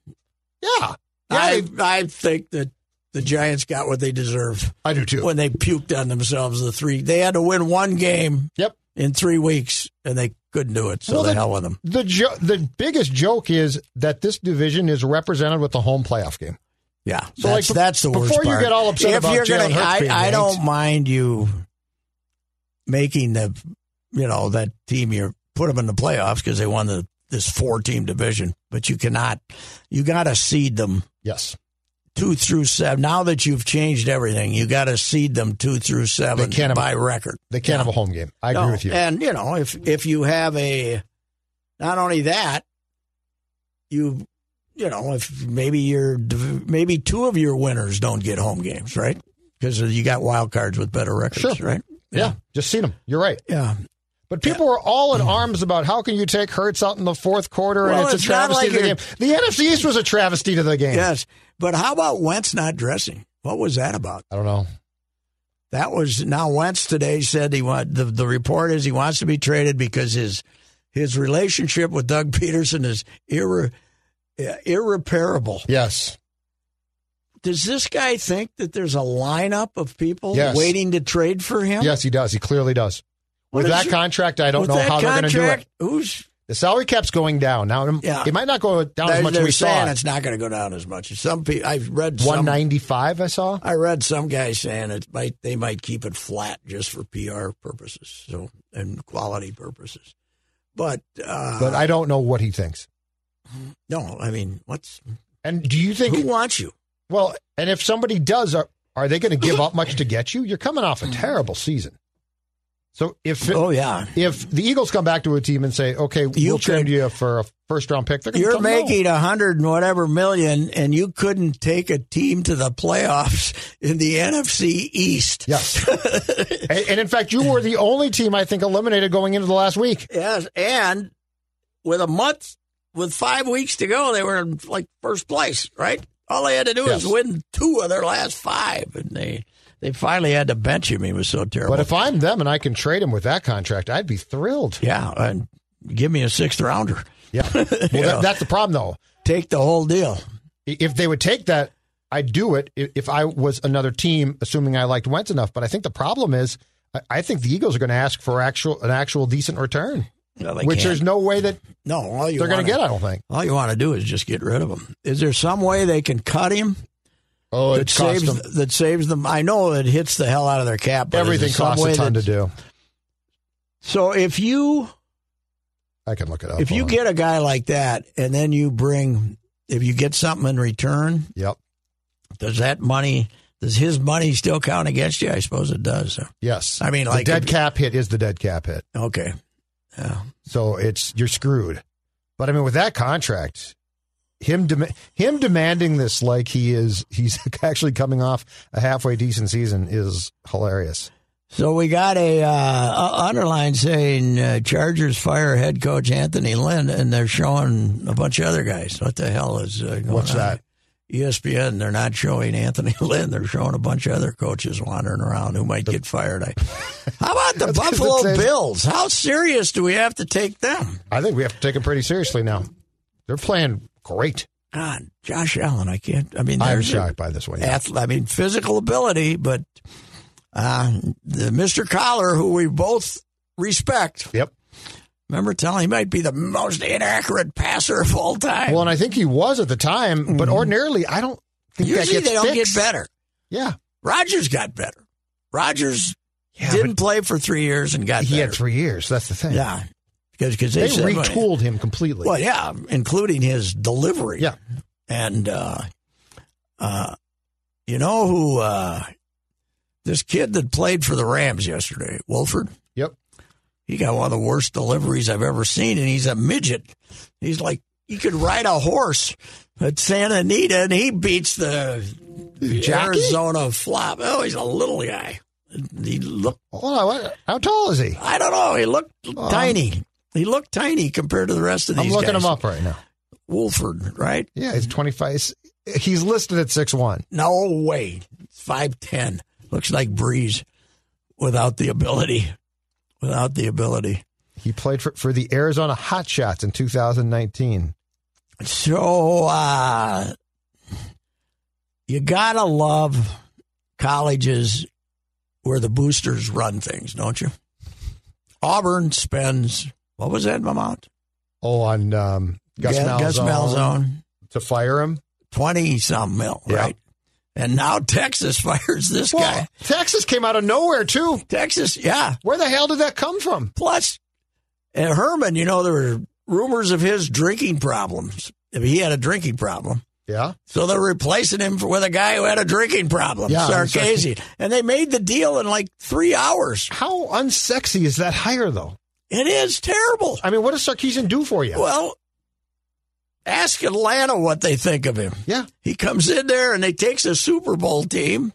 [SPEAKER 4] Yeah, yeah,
[SPEAKER 3] I
[SPEAKER 4] they-
[SPEAKER 3] I think that the Giants got what they deserve
[SPEAKER 4] I do too.
[SPEAKER 3] when they puked on themselves the three they had to win one game
[SPEAKER 4] Yep.
[SPEAKER 3] in three weeks and they couldn't do it. So
[SPEAKER 4] Well,
[SPEAKER 3] the
[SPEAKER 4] the-
[SPEAKER 3] hell with them.
[SPEAKER 4] The jo- the biggest joke is that this division is represented with the home playoff game.
[SPEAKER 3] Yeah.
[SPEAKER 4] So,
[SPEAKER 3] that's,
[SPEAKER 4] like,
[SPEAKER 3] that's the worst
[SPEAKER 4] before you
[SPEAKER 3] part.
[SPEAKER 4] get all upset
[SPEAKER 3] if
[SPEAKER 4] about
[SPEAKER 3] you're gonna-
[SPEAKER 4] Jalen Hurts
[SPEAKER 3] I,
[SPEAKER 4] being
[SPEAKER 3] I
[SPEAKER 4] ranked.
[SPEAKER 3] don't mind you making the, you know, that team you put them in the playoffs because they won the this four team division, but you cannot, you got to seed them
[SPEAKER 4] Yes,
[SPEAKER 3] two through seven. Now that you've changed everything, you got to seed them two through seven
[SPEAKER 4] They can't have-
[SPEAKER 3] by record.
[SPEAKER 4] they can't have a home game. I agree
[SPEAKER 3] No, Eh.
[SPEAKER 4] with you.
[SPEAKER 3] And you know, if if you have a not only that, you you know, if maybe your div- maybe two of your winners don't get home games, right? Because you got wild cards with better records,
[SPEAKER 4] Sure.
[SPEAKER 3] right?
[SPEAKER 4] yeah, just seen him. You're right.
[SPEAKER 3] Yeah.
[SPEAKER 4] But people were all in arms about how can you take Hurts out in the fourth quarter
[SPEAKER 3] Well,
[SPEAKER 4] and it's,
[SPEAKER 3] it's
[SPEAKER 4] a
[SPEAKER 3] not
[SPEAKER 4] travesty to the game.
[SPEAKER 3] like
[SPEAKER 4] The NFC East was a travesty to the game.
[SPEAKER 3] Yes. But how about Wentz not dressing? What was that about?
[SPEAKER 4] I don't know.
[SPEAKER 3] That was now Wentz today said he want the the report is he wants to be traded because his his relationship with Doug Peterson is irre, irreparable.
[SPEAKER 4] Yes.
[SPEAKER 3] does this guy think that there's a lineup of people
[SPEAKER 4] Yes.
[SPEAKER 3] waiting to trade for him?
[SPEAKER 4] Yes, he does. He clearly does. With that contract, I don't know how they're going to do it.
[SPEAKER 3] Who's
[SPEAKER 4] The salary cap's going down. Now, it-
[SPEAKER 3] Yeah.
[SPEAKER 4] it might not go down as much as
[SPEAKER 3] they're
[SPEAKER 4] we
[SPEAKER 3] saying
[SPEAKER 4] saw.
[SPEAKER 3] it's not going to go down as much. Some people I've read some,
[SPEAKER 4] 195, I saw.
[SPEAKER 3] I read some guy saying it might they might keep it flat just for PR purposes, so and quality purposes. But uh,
[SPEAKER 4] But I don't know what he thinks.
[SPEAKER 3] no, I mean, what's
[SPEAKER 4] And do you think,
[SPEAKER 3] who wants you?
[SPEAKER 4] well, and if somebody does, are, are they going to give up much to get you? You're coming off a terrible season. So if
[SPEAKER 3] Mm. Oh yeah,
[SPEAKER 4] if the Eagles come back to a team and say, okay,
[SPEAKER 3] You
[SPEAKER 4] we'll trade
[SPEAKER 3] could-
[SPEAKER 4] you for a first round pick, they're going to
[SPEAKER 3] You're making a hundred and whatever million, and you couldn't take a team to the playoffs in the NFC East.
[SPEAKER 4] Yes. and, and in fact, you were the only team I think eliminated going into the last week.
[SPEAKER 3] Yes, and with a month, with five weeks to go, they were in like first place, right? All they had to do
[SPEAKER 4] Yes.
[SPEAKER 3] was win two of their last five, and they they finally had to bench him. He was so terrible.
[SPEAKER 4] But if I'm them and I can trade him with that contract, I'd be thrilled.
[SPEAKER 3] yeah, and give me a sixth rounder,
[SPEAKER 4] Yeah. Well, that, that's the problem, though.
[SPEAKER 3] take the whole deal.
[SPEAKER 4] I- If they would take that, I'd do it i- if I was another team, assuming I liked Wentz enough. But I think the problem is, I- I think the Eagles are going to ask for actual an actual decent return,
[SPEAKER 3] No, they
[SPEAKER 4] which
[SPEAKER 3] can't.
[SPEAKER 4] there's no way that
[SPEAKER 3] no all you
[SPEAKER 4] they're going
[SPEAKER 3] wanna-
[SPEAKER 4] to get. I don't think.
[SPEAKER 3] All you want to do is just get rid of him. Is there some way they can cut him?
[SPEAKER 4] Oh,
[SPEAKER 3] that saves that saves them. I know it hits the hell out of their cap. But is
[SPEAKER 4] Everything
[SPEAKER 3] there some
[SPEAKER 4] costs
[SPEAKER 3] way
[SPEAKER 4] a ton
[SPEAKER 3] that-
[SPEAKER 4] to do.
[SPEAKER 3] So if you
[SPEAKER 4] I can look it up.
[SPEAKER 3] if you
[SPEAKER 4] Hold on.
[SPEAKER 3] get a guy like that, and then you bring if you get something in return,
[SPEAKER 4] yep,
[SPEAKER 3] does that money does his money still count against you? I suppose it does.
[SPEAKER 4] yes.
[SPEAKER 3] I mean, like-
[SPEAKER 4] the dead cap hit is the dead cap hit.
[SPEAKER 3] Okay.
[SPEAKER 4] So it's you're screwed. But I mean, with that contract, him dem- him demanding this like he is he's actually coming off a halfway decent season is hilarious.
[SPEAKER 3] So we got a uh, u- underline saying uh, Chargers fire head coach Anthony Lynn, and they're showing a bunch of other guys. What the hell is uh, going
[SPEAKER 4] What's
[SPEAKER 3] on?
[SPEAKER 4] that?
[SPEAKER 3] E ESPN. They're not showing Anthony Lynn. They're showing a bunch of other coaches wandering around who might get fired. I, how about the
[SPEAKER 4] That's 'cause
[SPEAKER 3] Buffalo
[SPEAKER 4] it's a-
[SPEAKER 3] Bills? How serious do we have to take them?
[SPEAKER 4] I think we have to take him pretty seriously now. They're playing great.
[SPEAKER 3] God, Josh Allen. I can't. I mean,
[SPEAKER 4] I'm
[SPEAKER 3] there's a-
[SPEAKER 4] shocked by this one. yeah.
[SPEAKER 3] ath- I mean, physical ability, but uh, the Mr. Collar, who we both respect,
[SPEAKER 4] Yep.
[SPEAKER 3] remember telling he might be the most inaccurate passer of all time.
[SPEAKER 4] Well, and I think he was at the time, but ordinarily I don't think that
[SPEAKER 3] Mm-hmm. Usually
[SPEAKER 4] gets
[SPEAKER 3] they don't
[SPEAKER 4] fixed.
[SPEAKER 3] get better.
[SPEAKER 4] Yeah.
[SPEAKER 3] Rogers got better. Rogers
[SPEAKER 4] Yeah,
[SPEAKER 3] didn't play for three years and got
[SPEAKER 4] He
[SPEAKER 3] better.
[SPEAKER 4] had three years. That's the thing.
[SPEAKER 3] yeah, because because
[SPEAKER 4] They
[SPEAKER 3] they, said,
[SPEAKER 4] retooled him completely.
[SPEAKER 3] Well, yeah, including his delivery.
[SPEAKER 4] Yeah.
[SPEAKER 3] and uh, uh, you know who uh, this kid that played for the Rams yesterday, Wolford.
[SPEAKER 4] Yep.
[SPEAKER 3] He got one of the worst deliveries I've ever seen, and he's a midget. He's like he could ride a horse at Santa Anita, and he beats the, the
[SPEAKER 4] Jockey?
[SPEAKER 3] Arizona flop. Oh, he's a little guy. He looked.
[SPEAKER 4] Hold on, what- how tall is he?
[SPEAKER 3] I don't know. He looked
[SPEAKER 4] Um,
[SPEAKER 3] tiny. He looked tiny compared to the rest of these
[SPEAKER 4] I'm looking
[SPEAKER 3] guys.
[SPEAKER 4] him up right now.
[SPEAKER 3] Wolford, right?
[SPEAKER 4] Yeah, he's 25. He's- He's listed at six one.
[SPEAKER 3] No way. Five ten. Looks like Breeze without the ability. Without the ability.
[SPEAKER 4] He played for, for the Arizona Hotshots in 2019.
[SPEAKER 3] So uh you gotta love colleges where the boosters run things, don't you? Auburn spends what was that amount?
[SPEAKER 4] Oh, on um, Gus,
[SPEAKER 3] Ga-
[SPEAKER 4] Malzahn
[SPEAKER 3] Gus Malzone.
[SPEAKER 4] to fire him.
[SPEAKER 3] Twenty some mil,
[SPEAKER 4] Yeah.
[SPEAKER 3] right? And now Texas fires this
[SPEAKER 4] Well,
[SPEAKER 3] guy.
[SPEAKER 4] Texas came out of nowhere too.
[SPEAKER 3] Texas, yeah.
[SPEAKER 4] Where the hell did that come from?
[SPEAKER 3] Plus, at Herman, you know, there were rumors of his drinking problems. I mean, he had a drinking problem.
[SPEAKER 4] Yeah,
[SPEAKER 3] So they're replacing him for- with a guy who had a drinking problem,
[SPEAKER 4] Yeah,
[SPEAKER 3] Sarkeesian. And they made the deal in like three hours.
[SPEAKER 4] how unsexy is that hire though?
[SPEAKER 3] It is terrible.
[SPEAKER 4] I mean, what does Sarkeesian do for you?
[SPEAKER 3] Well, ask Atlanta what they think of him.
[SPEAKER 4] yeah,
[SPEAKER 3] He comes in there and he takes a Super Bowl team,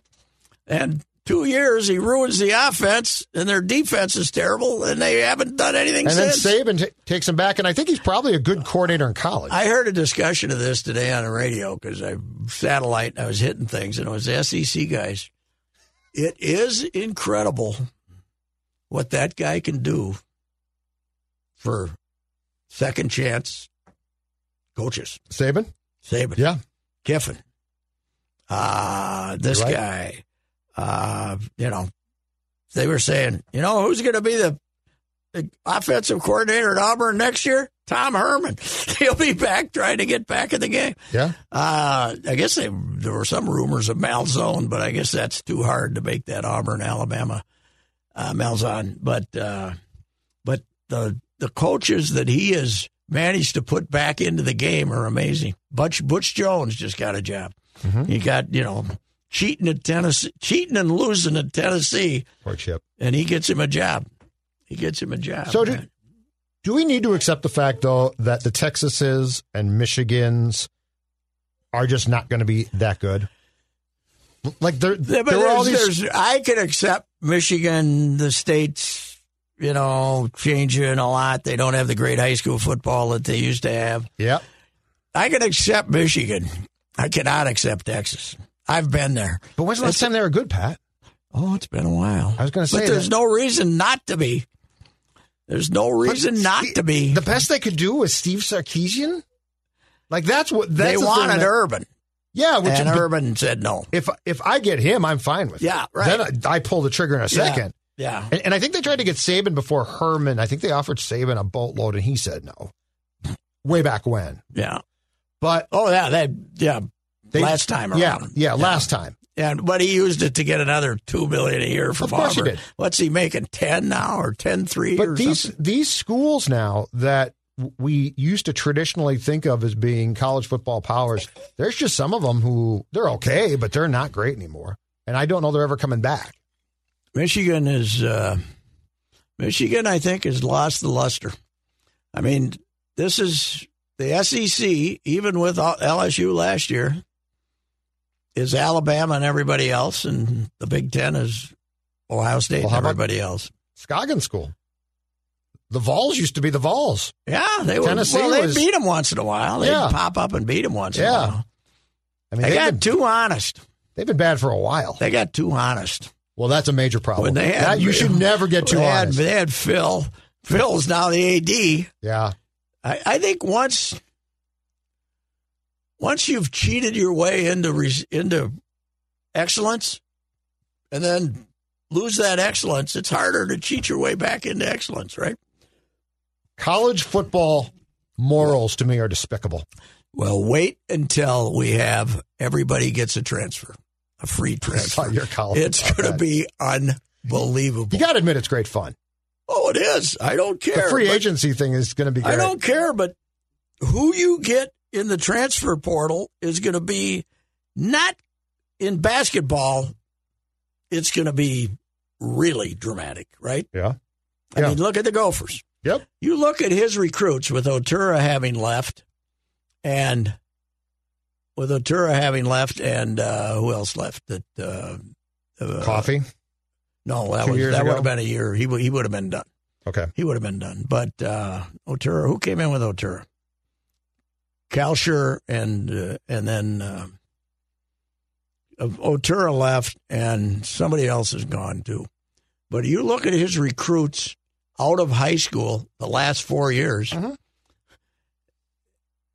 [SPEAKER 3] and two years he ruins the offense, and their defense is terrible, and they haven't done anything
[SPEAKER 4] and then
[SPEAKER 3] since.
[SPEAKER 4] Saban t- takes him back, and I think he's probably a good coordinator in college.
[SPEAKER 3] I heard a discussion of this today on the radio because I satellite and I was hitting things and it was SEC guys. It is incredible what that guy can do for second chance coaches.
[SPEAKER 4] Saban,
[SPEAKER 3] Saban,
[SPEAKER 4] yeah,
[SPEAKER 3] Kiffin, uh, this
[SPEAKER 4] You're
[SPEAKER 3] guy, uh, you know, they were saying, you know, who's going to be the, the offensive coordinator at Auburn next year? Tom Herman. He'll be back trying to get back in the game.
[SPEAKER 4] yeah.
[SPEAKER 3] Uh, I guess they, there were some rumors of Malzone, but I guess that's too hard to make that Auburn, Alabama uh, Malzone. But uh, but the the coaches that he has managed to put back into the game are amazing. Butch Butch Jones just got a job. He got you know cheating at Tennessee, cheating and losing at Tennessee,
[SPEAKER 4] Poor Chip.
[SPEAKER 3] and he gets him a job. He gets him a job.
[SPEAKER 4] So do-
[SPEAKER 3] man.
[SPEAKER 4] Do we need to accept the fact, though, that the Texases and Michigans are just not going to be that good? Like there,
[SPEAKER 3] Yeah, but
[SPEAKER 4] there were all
[SPEAKER 3] there's-
[SPEAKER 4] these.
[SPEAKER 3] there's- I can accept Michigan, the states, you know, changing a lot. They don't have the great high school football that they used to have.
[SPEAKER 4] Yeah,
[SPEAKER 3] I can accept Michigan. I cannot accept Texas. I've been there.
[SPEAKER 4] but when's the last time they were good, Pat?
[SPEAKER 3] Oh, it's been a while.
[SPEAKER 4] I was gonna say
[SPEAKER 3] but there's
[SPEAKER 4] that-
[SPEAKER 3] no reason not to be. There's no reason not to be.
[SPEAKER 4] The best they could do was Steve Sarkeesian. Like that's what that's
[SPEAKER 3] they
[SPEAKER 4] the thing
[SPEAKER 3] wanted
[SPEAKER 4] that-
[SPEAKER 3] Urban,
[SPEAKER 4] Yeah, which
[SPEAKER 3] and
[SPEAKER 4] but
[SPEAKER 3] Urban said no.
[SPEAKER 4] if if I get him, I'm fine with. it.
[SPEAKER 3] Yeah, right.
[SPEAKER 4] Then I, I pull the trigger in a second.
[SPEAKER 3] Yeah.
[SPEAKER 4] And, and I think they tried to get Saban before Herman. I think they offered Saban a boatload, and he said no. Way back when,
[SPEAKER 3] Yeah.
[SPEAKER 4] but
[SPEAKER 3] Oh, yeah. That, yeah.
[SPEAKER 4] They-
[SPEAKER 3] last time around.
[SPEAKER 4] yeah, yeah, last time.
[SPEAKER 3] And but he used it to get another two million a year from
[SPEAKER 4] Of course he
[SPEAKER 3] Auburn.
[SPEAKER 4] did.
[SPEAKER 3] What's he making? Ten now or ten three?
[SPEAKER 4] But
[SPEAKER 3] or
[SPEAKER 4] these
[SPEAKER 3] something?
[SPEAKER 4] these schools now that w- we used to traditionally think of as being college football powers, there's just some of them who they're okay, but they're not great anymore. And I don't know they're ever coming back.
[SPEAKER 3] Michigan is uh, Michigan. I think has lost the luster. I mean, this is the SEC, even with LSU last year, is Alabama and everybody else, and the Big Ten is Ohio State
[SPEAKER 4] Well,
[SPEAKER 3] and
[SPEAKER 4] how about-
[SPEAKER 3] everybody else.
[SPEAKER 4] Scoggin School. The Vols used to be the Vols.
[SPEAKER 3] Yeah, they would.
[SPEAKER 4] Tennessee
[SPEAKER 3] Well, they
[SPEAKER 4] was-
[SPEAKER 3] beat them once in a while. They
[SPEAKER 4] Yeah.
[SPEAKER 3] would pop up and beat them once in a
[SPEAKER 4] Yeah.
[SPEAKER 3] while.
[SPEAKER 4] I mean,
[SPEAKER 3] They
[SPEAKER 4] they've,
[SPEAKER 3] got
[SPEAKER 4] been,
[SPEAKER 3] too honest.
[SPEAKER 4] they've been bad for a while.
[SPEAKER 3] They got too honest.
[SPEAKER 4] Well, that's a major problem.
[SPEAKER 3] When they had,
[SPEAKER 4] That- you should never get too
[SPEAKER 3] they had-
[SPEAKER 4] honest.
[SPEAKER 3] They had Phil. Phil's now the AD.
[SPEAKER 4] Yeah,
[SPEAKER 3] I, I think once once you've cheated your way into res, into excellence, and then lose that excellence, it's harder to cheat your way back into excellence, right?
[SPEAKER 4] college football morals to me are despicable.
[SPEAKER 3] Well, wait until we have everybody gets a transfer, a free transfer.
[SPEAKER 4] saw your column
[SPEAKER 3] It's
[SPEAKER 4] about
[SPEAKER 3] going to
[SPEAKER 4] that.
[SPEAKER 3] be unbelievable.
[SPEAKER 4] You got to admit it's great fun.
[SPEAKER 3] oh, it is. I don't
[SPEAKER 4] The
[SPEAKER 3] care.
[SPEAKER 4] free
[SPEAKER 3] but-
[SPEAKER 4] agency thing is going to be. Great.
[SPEAKER 3] I don't care, but who you get in the transfer portal is going to be not in basketball. It's going to be really dramatic, right?
[SPEAKER 4] Yeah.
[SPEAKER 3] I
[SPEAKER 4] Yeah.
[SPEAKER 3] mean, look at the Gophers.
[SPEAKER 4] Yep.
[SPEAKER 3] You look at his recruits with Otura having left, and with Otura having left, and uh, who else left? That uh, uh,
[SPEAKER 4] Coffee.
[SPEAKER 3] No, that
[SPEAKER 4] Two
[SPEAKER 3] was
[SPEAKER 4] years
[SPEAKER 3] that would
[SPEAKER 4] ago?
[SPEAKER 3] have been a year. He would he would have been done.
[SPEAKER 4] Okay.
[SPEAKER 3] He would have been done. But uh, Otura, who came in with Otura? Kalsher and uh, and then uh, Otura left, and somebody else is gone too. But you look at his recruits out of high school the last four years,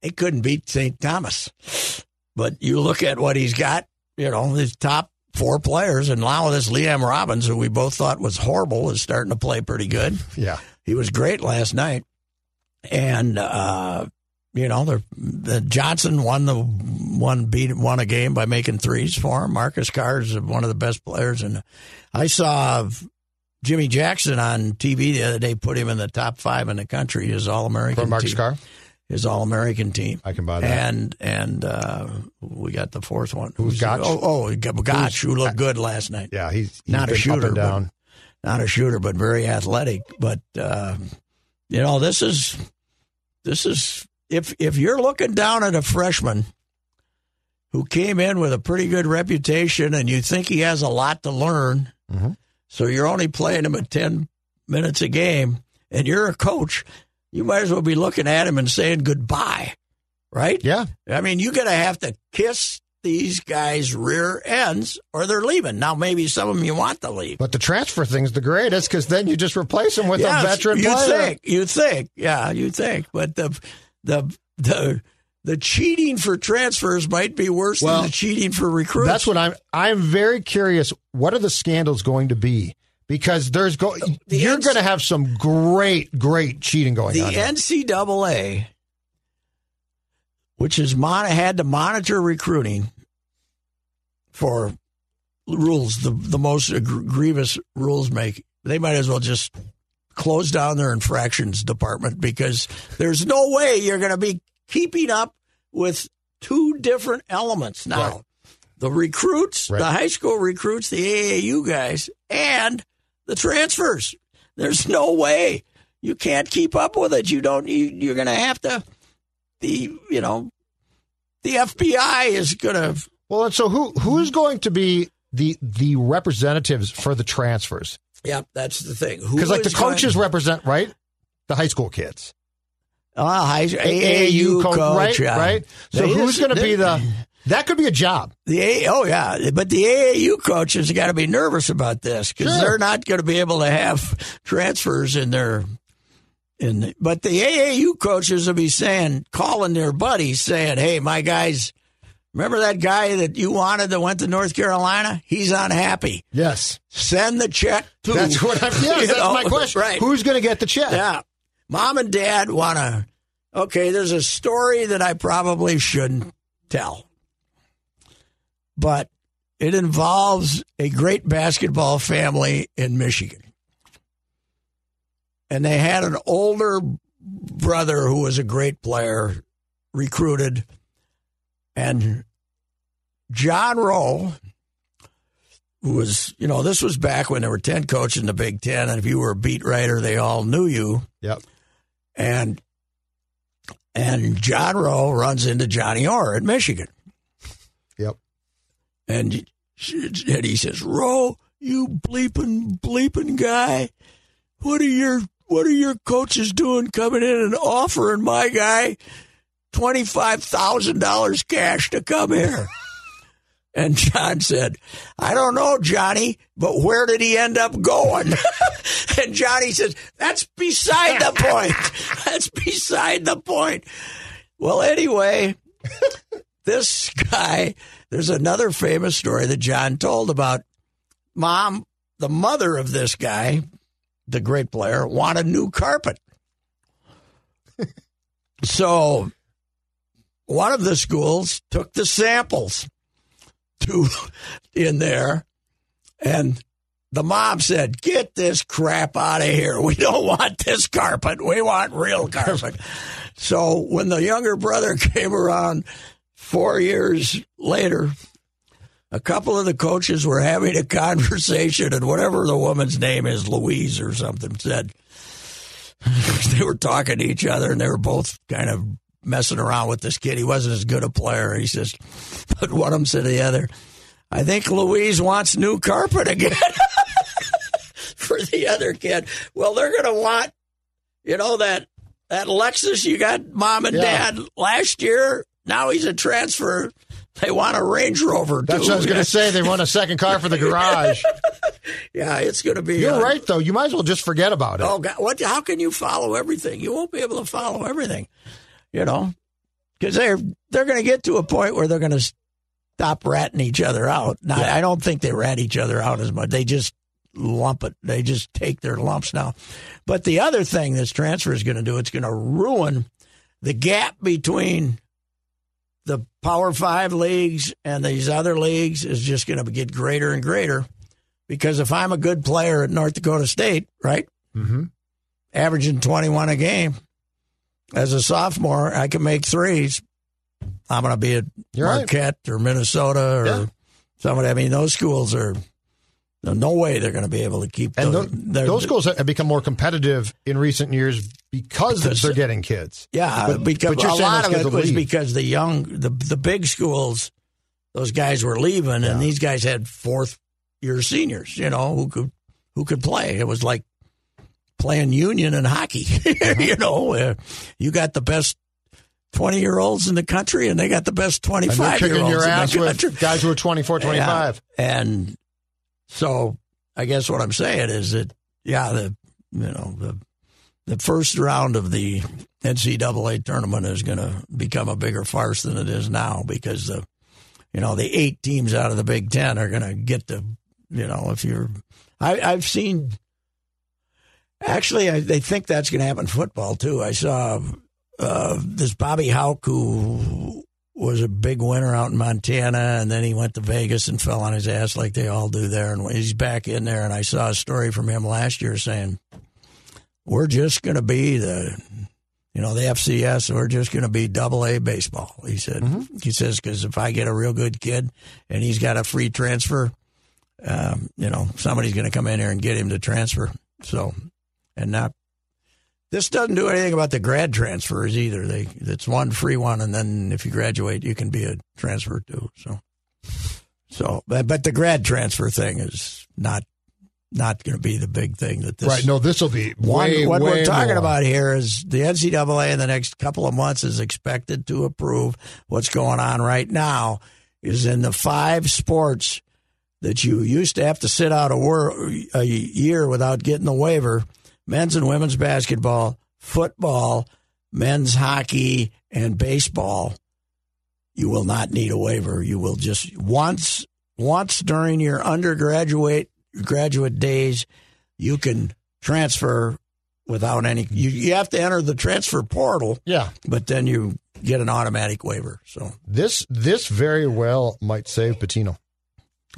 [SPEAKER 3] they couldn't beat St. Thomas. But you look at what he's got, you know, his top four players, and now this Liam Robbins, who we both thought was horrible, is starting to play pretty good.
[SPEAKER 4] Yeah.
[SPEAKER 3] He was great last night, and uh, you know, they're- the Johnson won the one beat won a game by making threes for him. Marcus Carr is one of the best players, and I saw Jimmy Jackson on TV the other day put him in the top five in the country. His All American
[SPEAKER 4] From Mark's car.
[SPEAKER 3] His All American team.
[SPEAKER 4] I can buy that.
[SPEAKER 3] And and uh, we got the fourth one.
[SPEAKER 4] Who's Gotch?
[SPEAKER 3] Oh, oh we got Gotch, who looked good last night.
[SPEAKER 4] yeah, he's, he's
[SPEAKER 3] Not a
[SPEAKER 4] been Up
[SPEAKER 3] shooter,
[SPEAKER 4] and
[SPEAKER 3] but-
[SPEAKER 4] down.
[SPEAKER 3] Not a shooter, but very athletic. But uh, you know, this is this is if if you're looking down at a freshman who came in with a pretty good reputation and you think he has a lot to learn,
[SPEAKER 4] Mhm.
[SPEAKER 3] so you're only playing him at ten minutes a game, and you're a coach, you might as well be looking at him and saying goodbye, right?
[SPEAKER 4] yeah.
[SPEAKER 3] I mean, you're going to have to kiss these guys' rear ends or they're leaving. Now, maybe some of them you want to leave.
[SPEAKER 4] But the transfer thing's the greatest because then you just replace him with
[SPEAKER 3] Yes,
[SPEAKER 4] a veteran
[SPEAKER 3] you
[SPEAKER 4] player.
[SPEAKER 3] think. You think. Yeah, you think. But the, the, the, the cheating for transfers might be worse
[SPEAKER 4] Well,
[SPEAKER 3] than the cheating for recruits.
[SPEAKER 4] That's what I'm. I'm very curious. What are the scandals going to be? Because there's go.
[SPEAKER 3] the
[SPEAKER 4] you're
[SPEAKER 3] NC
[SPEAKER 4] going to have some great, great cheating going
[SPEAKER 3] the
[SPEAKER 4] on. here.
[SPEAKER 3] NCAA, which has mon- had to monitor recruiting for rules, the the most gr- grievous rules make, they might as well just close down their infractions department because there's no way you're going to be keeping up with two different elements now.
[SPEAKER 4] Right.
[SPEAKER 3] The recruits,
[SPEAKER 4] Right.
[SPEAKER 3] the high school recruits, the AAU guys, and the transfers. There's no way you can't keep up with it. You don't. You, you're going to have to. The you know, the FBI is going to.
[SPEAKER 4] Well, and so who who's going to be the the representatives for the transfers?
[SPEAKER 3] Yep, that's the thing.
[SPEAKER 4] Because like the coaches represent right the high school kids,
[SPEAKER 3] Ah, high, AAU coach,
[SPEAKER 4] right?
[SPEAKER 3] yeah.
[SPEAKER 4] Right. So
[SPEAKER 3] They
[SPEAKER 4] who's
[SPEAKER 3] just-
[SPEAKER 4] going to be
[SPEAKER 3] they-
[SPEAKER 4] the? That could be a job.
[SPEAKER 3] The A, oh yeah, but the AAU coaches got to be nervous about this because
[SPEAKER 4] Sure.
[SPEAKER 3] they're not going to be able to have transfers in their in. The, but the AAU coaches will be saying, calling their buddies, saying, "Hey, my guys, remember that guy that you wanted that went to North Carolina? He's unhappy.
[SPEAKER 4] Yes,
[SPEAKER 3] Send the check to."
[SPEAKER 4] that's what I'm. Yes,
[SPEAKER 3] You
[SPEAKER 4] that's
[SPEAKER 3] know,
[SPEAKER 4] my question.
[SPEAKER 3] Right?
[SPEAKER 4] Who's going to get the check?
[SPEAKER 3] Yeah. Mom and dad want to. Okay, there's a story that I probably shouldn't tell, but it involves a great basketball family in Michigan. And they had an older brother who was a great player recruited. And John Rowe, who was, you know, this was back when there were 10 coaches in the Big Ten, and if you were a beat writer, they all knew you.
[SPEAKER 4] Yep.
[SPEAKER 3] And and John Rowe runs into Johnny Orr at Michigan.
[SPEAKER 4] Yep.
[SPEAKER 3] And, she, and he says, Roe, you bleeping, bleeping guy, what are your what are your coaches doing coming in and offering my guy twenty five thousand dollars cash to come here? and John said, I don't know, Johnny, but where did he end up going? and Johnny says, That's beside the point. That's beside the point. Well, anyway, this guy, there's another famous story that John told about mom, the mother of this guy, the great player, wanted new carpet. so one of the schools took the samples to in there and the mom said, Get this crap out of here. We don't want this carpet. We want real carpet. so when the younger brother came around four years later, a couple of the coaches were having a conversation, and whatever the woman's name is, Louise or something, said they were talking to each other, and they were both kind of messing around with this kid. He wasn't as good a player. He says, but one of them said to the other, "I think Louise wants new carpet again." For the other kid, well, they're going to want, you know that that Lexus you got mom and
[SPEAKER 4] Yeah.
[SPEAKER 3] dad last year. Now he's a transfer. They want a Range Rover.
[SPEAKER 4] That's
[SPEAKER 3] too.
[SPEAKER 4] what I was going
[SPEAKER 3] Yeah.
[SPEAKER 4] to say. They want a second car for the garage.
[SPEAKER 3] Yeah, it's going to be.
[SPEAKER 4] You're
[SPEAKER 3] uh,
[SPEAKER 4] right, though. You might as well just forget about it.
[SPEAKER 3] Oh God, what? How can you follow everything? You won't be able to follow everything. You know, because they're they're going to get to a point where they're going to stop ratting each other out. Now, I don't think they rat each other out as much. They just lump it. They just take their lumps now. But the other thing this transfer is going to do, it's going to ruin the gap between the Power Five leagues and these other leagues is just going to get greater and greater. Because if I'm a good player at North Dakota State, right?
[SPEAKER 4] Mm-hmm.
[SPEAKER 3] averaging 21 a game. As a sophomore, I can make threes. I'm going to be at
[SPEAKER 4] You're right.
[SPEAKER 3] Marquette or Minnesota or
[SPEAKER 4] Yeah.
[SPEAKER 3] somebody. I mean, those schools are no- no way they're going to be able to keep
[SPEAKER 4] And
[SPEAKER 3] those.
[SPEAKER 4] tho-
[SPEAKER 3] they're-
[SPEAKER 4] those schools have become more competitive in recent years because,
[SPEAKER 3] Because-
[SPEAKER 4] they're getting kids.
[SPEAKER 3] Yeah, uh,
[SPEAKER 4] But-
[SPEAKER 3] because
[SPEAKER 4] but you're
[SPEAKER 3] a
[SPEAKER 4] saying
[SPEAKER 3] lot
[SPEAKER 4] those
[SPEAKER 3] of it
[SPEAKER 4] kids will
[SPEAKER 3] was
[SPEAKER 4] leave.
[SPEAKER 3] because the young, the the big schools, those guys were leaving, and these guys had fourth year seniors. You know who could who could play. It was like playing union in hockey.
[SPEAKER 4] Uh-huh.
[SPEAKER 3] you know, uh, you got the best twenty year olds in the country, and they got the best twenty
[SPEAKER 4] And they're
[SPEAKER 3] five year
[SPEAKER 4] kicking
[SPEAKER 3] olds in
[SPEAKER 4] your ass
[SPEAKER 3] the country.
[SPEAKER 4] with guys who are 24, 25.
[SPEAKER 3] Yeah. And so I guess what I'm saying is that yeah, the you know the the first round of the NCAA tournament is going to become a bigger farce than it is now because the you know the eight teams out of the Big Ten are going to get to you know if you're I, I've seen actually I, they think that's going to happen in football too. I saw uh, this Bobby Houck who was a big winner out in Montana, and then he went to Vegas and fell on his ass like they all do there. And he's back in there, and I saw a story from him last year saying, "We're just going to be the, you know, the FCS. We're just going to be Double A baseball." He said.
[SPEAKER 4] Mm-hmm.
[SPEAKER 3] He says because if I get a real good kid and he's got a free transfer, um, you know, somebody's going to come in here and get him to transfer. So, and not this doesn't do anything about the grad transfers either. They it's one free one, and then if you graduate, you can be a transfer too. So, so but, but the grad transfer thing is not not going to be the big thing that this
[SPEAKER 4] right. No, this will be
[SPEAKER 3] one,
[SPEAKER 4] way,
[SPEAKER 3] what
[SPEAKER 4] way
[SPEAKER 3] we're talking
[SPEAKER 4] more.
[SPEAKER 3] about here is the NCAA in the next couple of months is expected to approve what's going on right now is in the five sports that you used to have to sit out a, wor- a year without getting the waiver men's and women's basketball, football, men's hockey, and baseball. You will not need a waiver. You will just once once during your undergraduate graduate days you can transfer without any you, you have to enter the transfer portal
[SPEAKER 4] Yeah.
[SPEAKER 3] but then you get an automatic waiver so
[SPEAKER 4] This, this very well might save Patino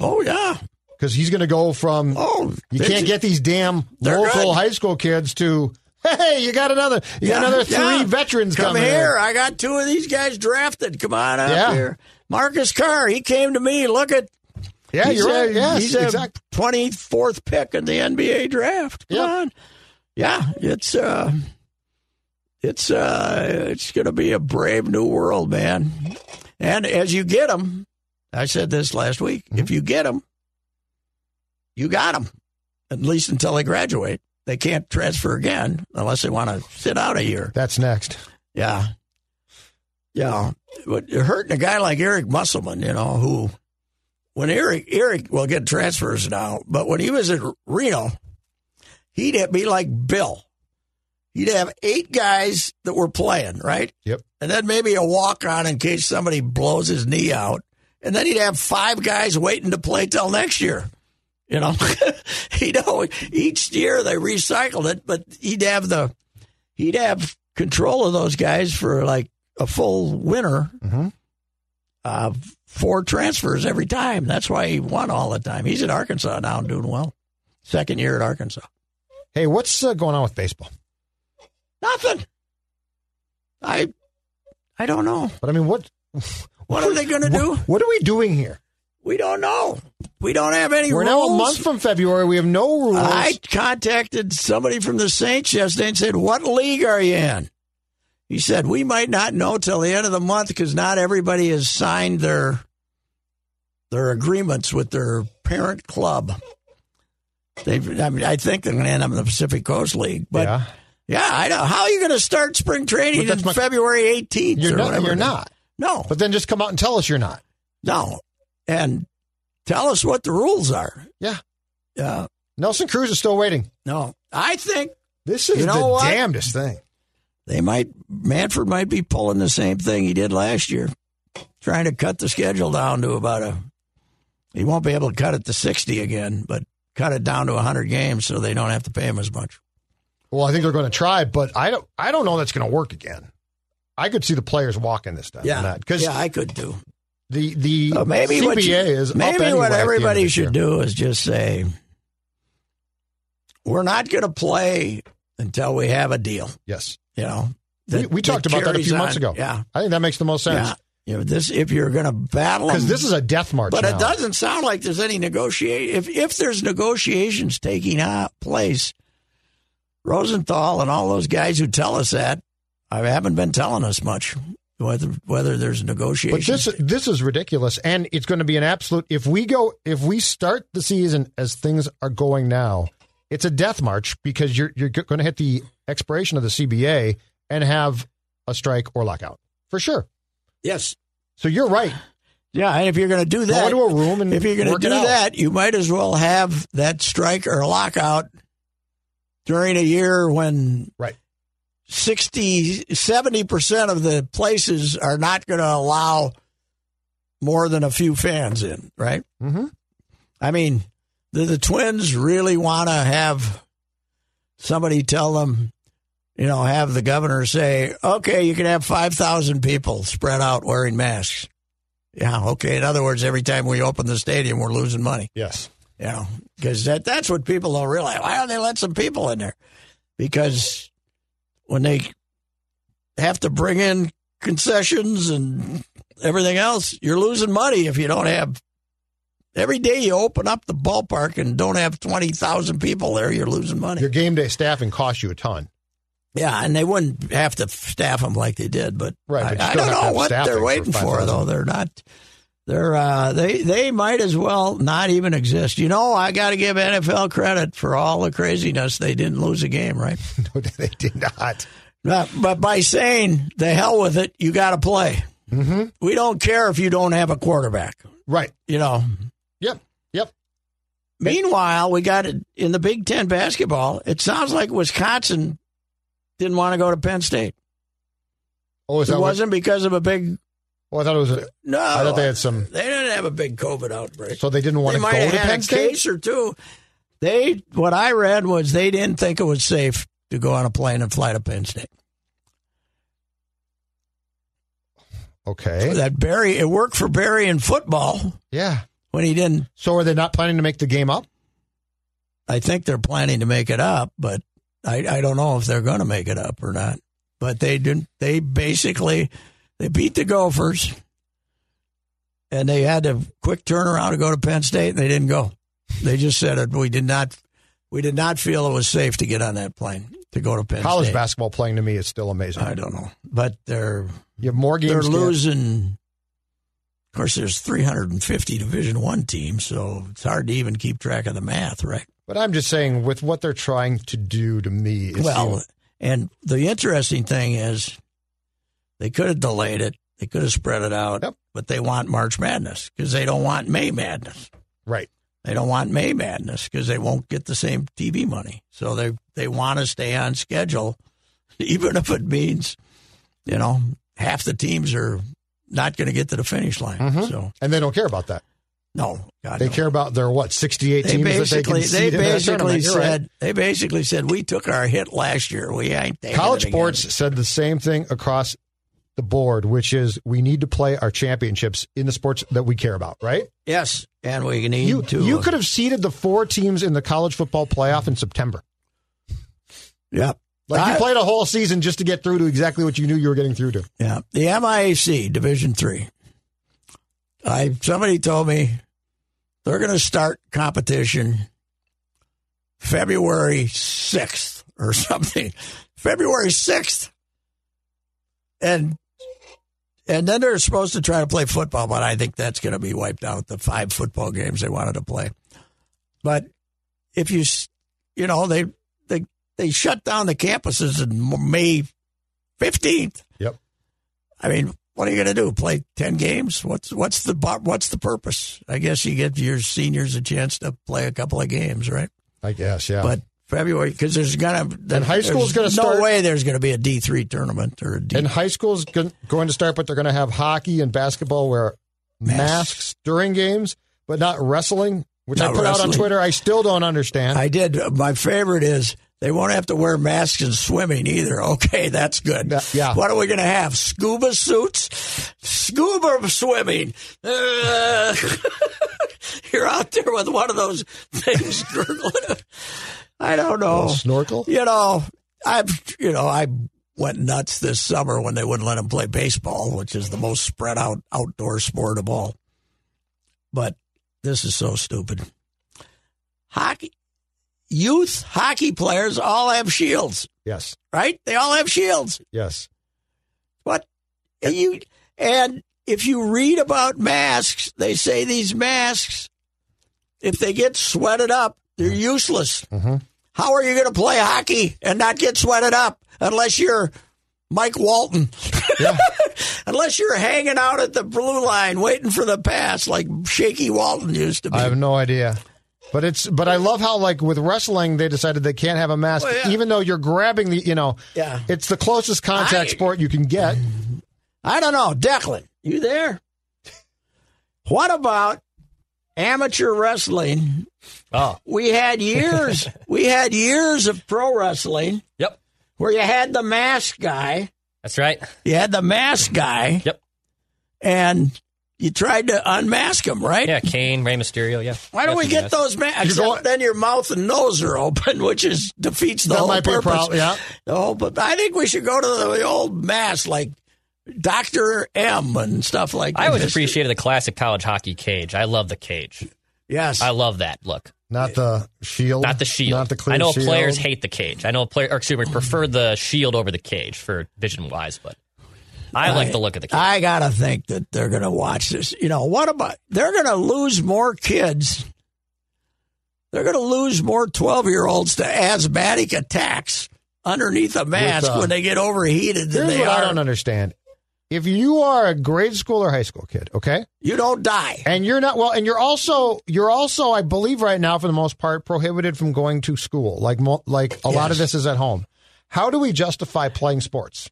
[SPEAKER 3] oh yeah
[SPEAKER 4] because he's going to go from
[SPEAKER 3] oh
[SPEAKER 4] You can't get these damn
[SPEAKER 3] They're
[SPEAKER 4] local
[SPEAKER 3] good.
[SPEAKER 4] high school kids to hey, you got another you got another three
[SPEAKER 3] yeah.
[SPEAKER 4] veterans
[SPEAKER 3] come
[SPEAKER 4] coming
[SPEAKER 3] here
[SPEAKER 4] In.
[SPEAKER 3] i got two of these guys drafted come on out
[SPEAKER 4] Yeah.
[SPEAKER 3] here marcus carr he came to me look at
[SPEAKER 4] Yeah,
[SPEAKER 3] he's
[SPEAKER 4] you're
[SPEAKER 3] a,
[SPEAKER 4] right. Yes,
[SPEAKER 3] he's a
[SPEAKER 4] exactly.
[SPEAKER 3] 24th pick in the nba draft come
[SPEAKER 4] Yeah.
[SPEAKER 3] on yeah it's uh it's uh, it's going to be a brave new world, man. And as you get them, I said this last week. If you get them, you got them. At least until they graduate, they can't transfer again unless they want to sit out a year.
[SPEAKER 4] That's next.
[SPEAKER 3] Yeah. Yeah. But you're hurting a guy like Eric Musselman, you know, who when Eric Eric will get transfers now, but when he was at Reno, he'd be like Bill. He'd have eight guys that were playing, right?
[SPEAKER 4] Yep.
[SPEAKER 3] And then maybe a walk on in case somebody blows his knee out. And then he'd have five guys waiting to play till next year. You know, you know, each year they recycled it, but he'd have the he'd have control of those guys for like a full winter, uh, four transfers every time. That's why he won all the time. He's at Arkansas now and doing well. Second year at Arkansas.
[SPEAKER 4] Hey, what's uh, going on with baseball?
[SPEAKER 3] Nothing. I I don't know.
[SPEAKER 4] But I mean, what
[SPEAKER 3] What are they going to do?
[SPEAKER 4] What are we doing here?
[SPEAKER 3] We don't know. We don't have any
[SPEAKER 4] We're now
[SPEAKER 3] rules.
[SPEAKER 4] a month from February. We have no rules.
[SPEAKER 3] I contacted somebody from the Saints yesterday and said, "What league are you in?" He said, "We might not know till the end of the month because not everybody has signed their their agreements with their parent club." They, I mean, I think they're going to end up in the Pacific Coast League, but yeah,
[SPEAKER 4] yeah,
[SPEAKER 3] I know. How are you going to start spring training
[SPEAKER 4] But that's
[SPEAKER 3] in
[SPEAKER 4] my-
[SPEAKER 3] February 18th?
[SPEAKER 4] you're
[SPEAKER 3] or
[SPEAKER 4] not.
[SPEAKER 3] whatever
[SPEAKER 4] You're
[SPEAKER 3] it is?
[SPEAKER 4] not.
[SPEAKER 3] No,
[SPEAKER 4] But then just come out and tell us you're not.
[SPEAKER 3] no, and tell us what the rules are.
[SPEAKER 4] Yeah,
[SPEAKER 3] Yeah,
[SPEAKER 4] Nelson Cruz is still waiting.
[SPEAKER 3] no, I think
[SPEAKER 4] This is
[SPEAKER 3] You know
[SPEAKER 4] the
[SPEAKER 3] what?
[SPEAKER 4] damnedest thing.
[SPEAKER 3] they might Manford might be pulling the same thing he did last year, trying to cut the schedule down to about a. He won't be able to cut it to sixty again, but cut it down to hundred games so they don't have to pay him as much.
[SPEAKER 4] Well, I think they're going to try, but I don't. I don't know that's going to work again. I could see the players walking this time. because
[SPEAKER 3] yeah, I could do.
[SPEAKER 4] the the
[SPEAKER 3] Uh, maybe
[SPEAKER 4] CBA
[SPEAKER 3] what you-
[SPEAKER 4] is up
[SPEAKER 3] maybe
[SPEAKER 4] anyway
[SPEAKER 3] what
[SPEAKER 4] at the end of
[SPEAKER 3] everybody
[SPEAKER 4] this
[SPEAKER 3] should
[SPEAKER 4] year.
[SPEAKER 3] do is just say, we're not going to play until we have a deal.
[SPEAKER 4] Yes,
[SPEAKER 3] You know,
[SPEAKER 4] We-
[SPEAKER 3] that-
[SPEAKER 4] we talked about that a
[SPEAKER 3] carries
[SPEAKER 4] few months
[SPEAKER 3] on.
[SPEAKER 4] ago.
[SPEAKER 3] Yeah,
[SPEAKER 4] I think that makes the most sense
[SPEAKER 3] yeah. You know, this if you're going to battle
[SPEAKER 4] because
[SPEAKER 3] them-
[SPEAKER 4] this is a death march.
[SPEAKER 3] But
[SPEAKER 4] now.
[SPEAKER 3] it doesn't sound like there's any negotiate. If if there's negotiations taking uh, place, Rosenthal and all those guys who tell us that, I haven't been telling us much whether whether there's
[SPEAKER 4] But
[SPEAKER 3] negotiations.
[SPEAKER 4] this this is ridiculous, and it's going to be an absolute. If we go, if we start the season as things are going now, it's a death march because you're you're going to hit the expiration of the CBA and have a strike or lockout for sure.
[SPEAKER 3] yes,
[SPEAKER 4] So you're right.
[SPEAKER 3] yeah, and if you're going to do
[SPEAKER 4] Go
[SPEAKER 3] that,
[SPEAKER 4] into a room and
[SPEAKER 3] if you're going to
[SPEAKER 4] work it
[SPEAKER 3] do
[SPEAKER 4] out.
[SPEAKER 3] that, you might as well have that strike or lockout during a year when
[SPEAKER 4] right?
[SPEAKER 3] 60 70% of the places are not going to allow more than a few fans in right
[SPEAKER 4] Mhm.
[SPEAKER 3] i mean do the twins really want to have somebody tell them you know have the governor say okay you can have 5000 people spread out wearing masks yeah okay in other words every time we open the stadium we're losing money
[SPEAKER 4] Yes.
[SPEAKER 3] you know, because that, that's what people don't realize. Why don't they let some people in there? Because when they have to bring in concessions and everything else, you're losing money if you don't have. Every day you open up the ballpark and don't have 20,000 people there, you're losing money.
[SPEAKER 4] Your game day staffing costs you a ton.
[SPEAKER 3] yeah, and they wouldn't have to staff them like they did, but,
[SPEAKER 4] Right, but you
[SPEAKER 3] I, I
[SPEAKER 4] still
[SPEAKER 3] don't
[SPEAKER 4] have to
[SPEAKER 3] know
[SPEAKER 4] have
[SPEAKER 3] what
[SPEAKER 4] staffing
[SPEAKER 3] they're
[SPEAKER 4] for
[SPEAKER 3] waiting for,
[SPEAKER 4] 5,000.
[SPEAKER 3] though. They're not. They're uh, they they might as well not even exist. You know, I got to give NFL credit for all the craziness. They didn't lose a game, right?
[SPEAKER 4] No, they did not.
[SPEAKER 3] But, but by saying the hell with it, you got to play. Mm-hmm. We don't care if you don't have a quarterback.
[SPEAKER 4] Right.
[SPEAKER 3] You know.
[SPEAKER 4] Yep. Yep.
[SPEAKER 3] Meanwhile, we got it in the Big Ten basketball. It sounds like Wisconsin didn't want to go to Penn State.
[SPEAKER 4] Oh, is
[SPEAKER 3] It
[SPEAKER 4] that what-
[SPEAKER 3] wasn't because of a big
[SPEAKER 4] Oh, I thought it was. A,
[SPEAKER 3] No,
[SPEAKER 4] I thought they had some.
[SPEAKER 3] They didn't have a big COVID outbreak.
[SPEAKER 4] So they didn't want
[SPEAKER 3] they
[SPEAKER 4] to
[SPEAKER 3] might
[SPEAKER 4] go
[SPEAKER 3] have
[SPEAKER 4] to
[SPEAKER 3] had
[SPEAKER 4] Penn
[SPEAKER 3] a
[SPEAKER 4] State.
[SPEAKER 3] case or two. They what I read was they didn't think it was safe to go on a plane and fly to Penn State.
[SPEAKER 4] Okay.
[SPEAKER 3] That Barry it worked for Barry in football
[SPEAKER 4] Yeah.
[SPEAKER 3] when he didn't.
[SPEAKER 4] So are they not planning to make the game up?
[SPEAKER 3] I think they're planning to make it up, but I, I don't know if they're going to make it up or not. But they didn't. They basically they beat the Gophers, and they had a quick turnaround to go to Penn State, and they didn't go. They just said it. We did not. We did not feel it was safe to get on that plane to go to Penn
[SPEAKER 4] College
[SPEAKER 3] State.
[SPEAKER 4] basketball playing to me is still amazing.
[SPEAKER 3] I don't know, but they're
[SPEAKER 4] You have more games.
[SPEAKER 3] they're
[SPEAKER 4] to get-
[SPEAKER 3] losing. Of course, there's 350 Division One teams, so it's hard to even keep track of the math, right?
[SPEAKER 4] But I'm just saying, with what they're trying to do to me, it's
[SPEAKER 3] Well, and the interesting thing is, they could have delayed it. They could have spread it out,
[SPEAKER 4] Yep.
[SPEAKER 3] but they want March Madness because they don't want May Madness.
[SPEAKER 4] right.
[SPEAKER 3] They don't want May Madness because they won't get the same TV money. So they they want to stay on schedule, even if it means, you know, half the teams are not going to get to the finish line.
[SPEAKER 4] Mhm.
[SPEAKER 3] So
[SPEAKER 4] And they don't care about that.
[SPEAKER 3] no, God,
[SPEAKER 4] They
[SPEAKER 3] no.
[SPEAKER 4] care about their what 68
[SPEAKER 3] They
[SPEAKER 4] teams that they
[SPEAKER 3] basically
[SPEAKER 4] can
[SPEAKER 3] they
[SPEAKER 4] seed in that
[SPEAKER 3] basically
[SPEAKER 4] tournament. You're right.
[SPEAKER 3] said they basically said we took our hit last year. We ain't taking
[SPEAKER 4] college
[SPEAKER 3] it again."
[SPEAKER 4] sports said the same thing across the board, which is we need to play our championships in the sports that we care about. Right?
[SPEAKER 3] Yes, and we need
[SPEAKER 4] You
[SPEAKER 3] to.
[SPEAKER 4] you could have seeded the four teams in the college football playoff in September.
[SPEAKER 3] Yep.
[SPEAKER 4] Like
[SPEAKER 3] I-
[SPEAKER 4] you played a whole season just to get through to exactly what you knew you were getting through to.
[SPEAKER 3] Yeah, the MIAC Division Three. I somebody told me they're going to start competition February sixth or something. February sixth, and and then they're supposed to try to play football, but I think that's going to be wiped out. The five football games they wanted to play, but if you s- you know they they they shut down the campuses in May fifteenth.
[SPEAKER 4] Yep.
[SPEAKER 3] I mean, what are you going to do? Play ten games? What's what's the bu- what's the purpose? I guess you give your seniors a chance to play a couple of games, right?
[SPEAKER 4] I guess, yeah.
[SPEAKER 3] But February because there's going to
[SPEAKER 4] And high school's gonna
[SPEAKER 3] no
[SPEAKER 4] start-
[SPEAKER 3] way there's going to be a D three tournament or a D.
[SPEAKER 4] and high school's gon- going to start, but they're going to have hockey and basketball wear masks,
[SPEAKER 3] Masks.
[SPEAKER 4] during games, but not wrestling, which I
[SPEAKER 3] Not
[SPEAKER 4] put out on
[SPEAKER 3] wrestling.
[SPEAKER 4] Twitter. I still don't understand.
[SPEAKER 3] I did. My favorite is they won't have to wear masks in swimming either. Okay, that's good.
[SPEAKER 4] Yeah, yeah.
[SPEAKER 3] What are we going to have? Scuba suits, scuba swimming. Uh, you're out there with one of those things gurgling. I don't know.
[SPEAKER 4] Snorkel?
[SPEAKER 3] You know, I've you know I went nuts this summer when they wouldn't let him play baseball, which is the most spread out outdoor sport of all. But this is so stupid. Hockey, youth hockey players all have shields,
[SPEAKER 4] Yes,
[SPEAKER 3] right? They all have shields.
[SPEAKER 4] yes.
[SPEAKER 3] What and you and if you read about masks, they say these masks, if they get sweated up, they're
[SPEAKER 4] Mm-hmm.
[SPEAKER 3] useless.
[SPEAKER 4] Mhm.
[SPEAKER 3] How are you going to play hockey and not get sweated up unless you're Mike Walton? unless you're hanging out at the blue line waiting for the pass like Shaky Walton used to be.
[SPEAKER 4] I have no idea. But it's but I love how like with wrestling they decided they can't have a mask
[SPEAKER 3] Well, yeah.
[SPEAKER 4] even though you're grabbing the you know
[SPEAKER 3] Yeah.
[SPEAKER 4] it's the closest contact
[SPEAKER 3] I-
[SPEAKER 4] sport you can get.
[SPEAKER 3] I don't know, Declan. You there? What about amateur wrestling?
[SPEAKER 5] Oh.
[SPEAKER 3] We had years. we had years of pro wrestling
[SPEAKER 5] Yep.
[SPEAKER 3] where you had the mask guy.
[SPEAKER 5] That's right.
[SPEAKER 3] You had the mask guy.
[SPEAKER 5] Yep.
[SPEAKER 3] And you tried to unmask him, right?
[SPEAKER 5] Yeah, Kane, Rey Mysterio. Yeah.
[SPEAKER 3] Why don't we
[SPEAKER 5] Definitely
[SPEAKER 3] get
[SPEAKER 5] yes.
[SPEAKER 3] those masks?
[SPEAKER 4] You're going-
[SPEAKER 3] then your mouth and nose are open, which is defeats the
[SPEAKER 4] That
[SPEAKER 3] whole
[SPEAKER 4] might be a
[SPEAKER 3] purpose.
[SPEAKER 4] problem, yeah.
[SPEAKER 3] Oh, but I think we should go to the old mask, like Doctor M and stuff like.
[SPEAKER 5] I
[SPEAKER 3] that.
[SPEAKER 5] always appreciated the classic college hockey cage. I love the cage.
[SPEAKER 3] Yes,
[SPEAKER 5] I love that look.
[SPEAKER 4] Not the shield.
[SPEAKER 5] Not the shield.
[SPEAKER 4] Not the clear
[SPEAKER 5] I know
[SPEAKER 4] shield.
[SPEAKER 5] players hate the cage. I know player, or excuse me, prefer the shield over the cage for vision wise, but I, like the look of the cage.
[SPEAKER 3] I gotta think that they're gonna watch this. You know what about? They're gonna lose more kids. They're gonna lose more twelve-year-olds to asthmatic attacks underneath a mask
[SPEAKER 4] uh,
[SPEAKER 3] when they get overheated than
[SPEAKER 4] Here's
[SPEAKER 3] they
[SPEAKER 4] what
[SPEAKER 3] are.
[SPEAKER 4] I don't understand. If you are a grade school or high school kid, okay?
[SPEAKER 3] You don't die.
[SPEAKER 4] And you're not well, and you're also you're also, I believe, right now for the most part, prohibited from going to school. Like mo- like a lot of
[SPEAKER 3] Yes.
[SPEAKER 4] this is at home. How do we justify playing sports?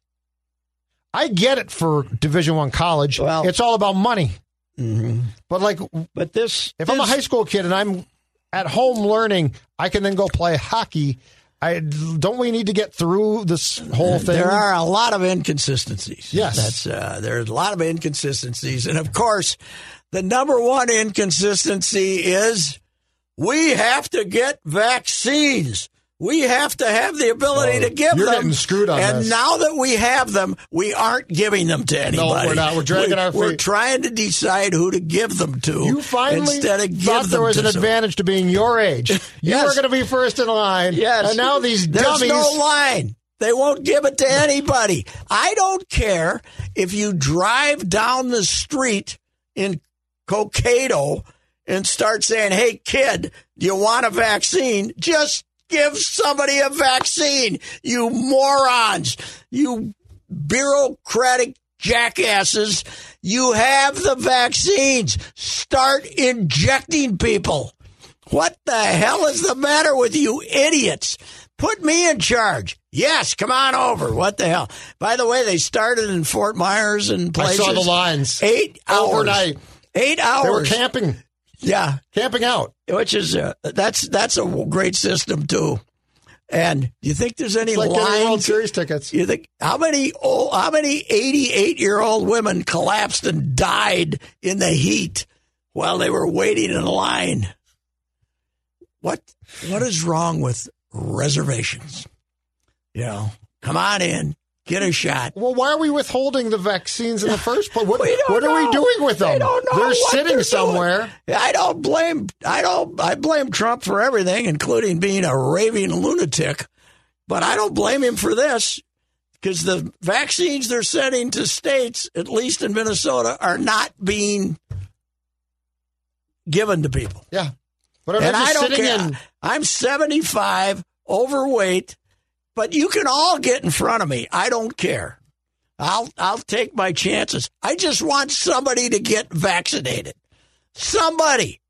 [SPEAKER 4] I get it for Division One college.
[SPEAKER 3] Well-
[SPEAKER 4] it's all about money. But like,
[SPEAKER 3] But this,
[SPEAKER 4] Mm-hmm. if I'm a
[SPEAKER 3] this-
[SPEAKER 4] high school kid and I'm at home learning, I can then go play hockey. I don't. We need to get through this whole thing.
[SPEAKER 3] There are a lot of inconsistencies.
[SPEAKER 4] Yes.
[SPEAKER 3] that's uh, there's a lot of inconsistencies, and of course, the number one inconsistency is we have to get vaccines. We have to have the ability to give
[SPEAKER 4] Oh, you're
[SPEAKER 3] them.
[SPEAKER 4] getting screwed on
[SPEAKER 3] and
[SPEAKER 4] this.
[SPEAKER 3] now that we have them, we aren't giving them to anybody.
[SPEAKER 4] we're not. We're dragging our
[SPEAKER 3] We're
[SPEAKER 4] feet.
[SPEAKER 3] trying to decide who to give them to.
[SPEAKER 4] You finally
[SPEAKER 3] instead of give
[SPEAKER 4] thought
[SPEAKER 3] them
[SPEAKER 4] there was
[SPEAKER 3] to
[SPEAKER 4] an
[SPEAKER 3] some-
[SPEAKER 4] advantage to being your age. You
[SPEAKER 3] Yes.
[SPEAKER 4] were going to be first in line.
[SPEAKER 3] Yes.
[SPEAKER 4] And now these
[SPEAKER 3] There's
[SPEAKER 4] dummies.
[SPEAKER 3] no line. They won't give it to anybody. I don't care if you drive down the street in Cocado and start saying, "Hey kid, do you want a vaccine?" Just give somebody a vaccine. You morons. You bureaucratic jackasses. You have the vaccines. Start injecting people. What the hell is the matter with you idiots? Put me in charge. Yes, come on over. What the hell? By the way, they started in Fort Myers and
[SPEAKER 4] I
[SPEAKER 3] places.
[SPEAKER 4] saw the lines.
[SPEAKER 3] Eight hours.
[SPEAKER 4] Overnight.
[SPEAKER 3] Eight
[SPEAKER 4] They were
[SPEAKER 3] hours.
[SPEAKER 4] camping,
[SPEAKER 3] yeah,
[SPEAKER 4] camping out.
[SPEAKER 3] which is uh, that's that's a great system too. And you think there's any
[SPEAKER 4] It's like getting World
[SPEAKER 3] lines?
[SPEAKER 4] Series tickets.
[SPEAKER 3] You think how many old, how many 88 year old women collapsed and died in the heat while they were waiting in line? What what is wrong with reservations? You know, come on in, get a shot.
[SPEAKER 4] Well, why are we withholding the vaccines in the first place? What,
[SPEAKER 3] We don't
[SPEAKER 4] what are we
[SPEAKER 3] know.
[SPEAKER 4] doing with them?
[SPEAKER 3] They don't know
[SPEAKER 4] are
[SPEAKER 3] what
[SPEAKER 4] sitting
[SPEAKER 3] they're
[SPEAKER 4] somewhere.
[SPEAKER 3] doing. I don't blame. I don't. I blame Trump for everything, including being a raving lunatic. But I don't blame him for this because the vaccines they're sending to states, at least in Minnesota, are not being given to people.
[SPEAKER 4] Yeah. But are they
[SPEAKER 3] And
[SPEAKER 4] just
[SPEAKER 3] I don't
[SPEAKER 4] sitting
[SPEAKER 3] care.
[SPEAKER 4] in?
[SPEAKER 3] I'm 75, overweight, but you can all get in front of me. I don't care. I'll I'll take my chances. I just want somebody to get vaccinated. Somebody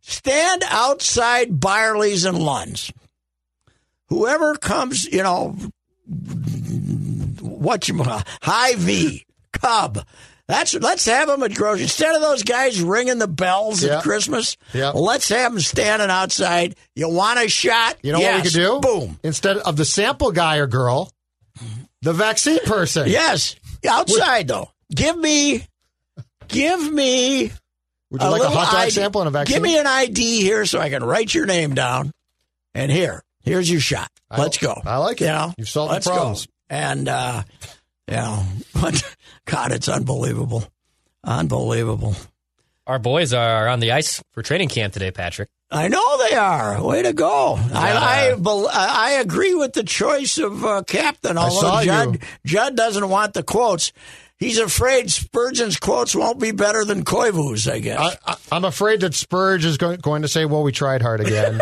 [SPEAKER 3] stand outside Byerly's and Lund's. Whoever comes, you know, what you high V Cub. That's let's have them at grocery instead of those guys ringing the bells
[SPEAKER 4] Yeah.
[SPEAKER 3] at Christmas.
[SPEAKER 4] Yeah.
[SPEAKER 3] Let's have them standing outside. You want a shot?
[SPEAKER 4] You know what we
[SPEAKER 3] Yes.
[SPEAKER 4] could do?
[SPEAKER 3] Boom.
[SPEAKER 4] Instead of the sample guy or girl, the vaccine person.
[SPEAKER 3] Yes, outside though. Give me, give me
[SPEAKER 4] Would you like a
[SPEAKER 3] little
[SPEAKER 4] hot dog
[SPEAKER 3] ID.
[SPEAKER 4] sample and a vaccine?
[SPEAKER 3] Give me an ID here so I can write your name down. And here, here's your shot.
[SPEAKER 4] I-
[SPEAKER 3] Let's go.
[SPEAKER 4] I like it.
[SPEAKER 3] You know,
[SPEAKER 4] You've solved the
[SPEAKER 3] Let's go.
[SPEAKER 4] problems.
[SPEAKER 3] And uh, you know, but God, it's unbelievable, unbelievable.
[SPEAKER 5] Our boys are on the ice for training camp today, Patrick.
[SPEAKER 3] I know they are. Way to go! I,
[SPEAKER 5] Yeah.
[SPEAKER 3] I bel- I I agree with the choice of uh, captain. Although
[SPEAKER 4] saw
[SPEAKER 3] Judd
[SPEAKER 4] you.
[SPEAKER 3] Judd doesn't want the quotes. He's afraid Spurgeon's quotes won't be better than Koivu's. I guess.
[SPEAKER 4] I, I, I'm afraid that Spurge is going, going to say, well, we tried hard again.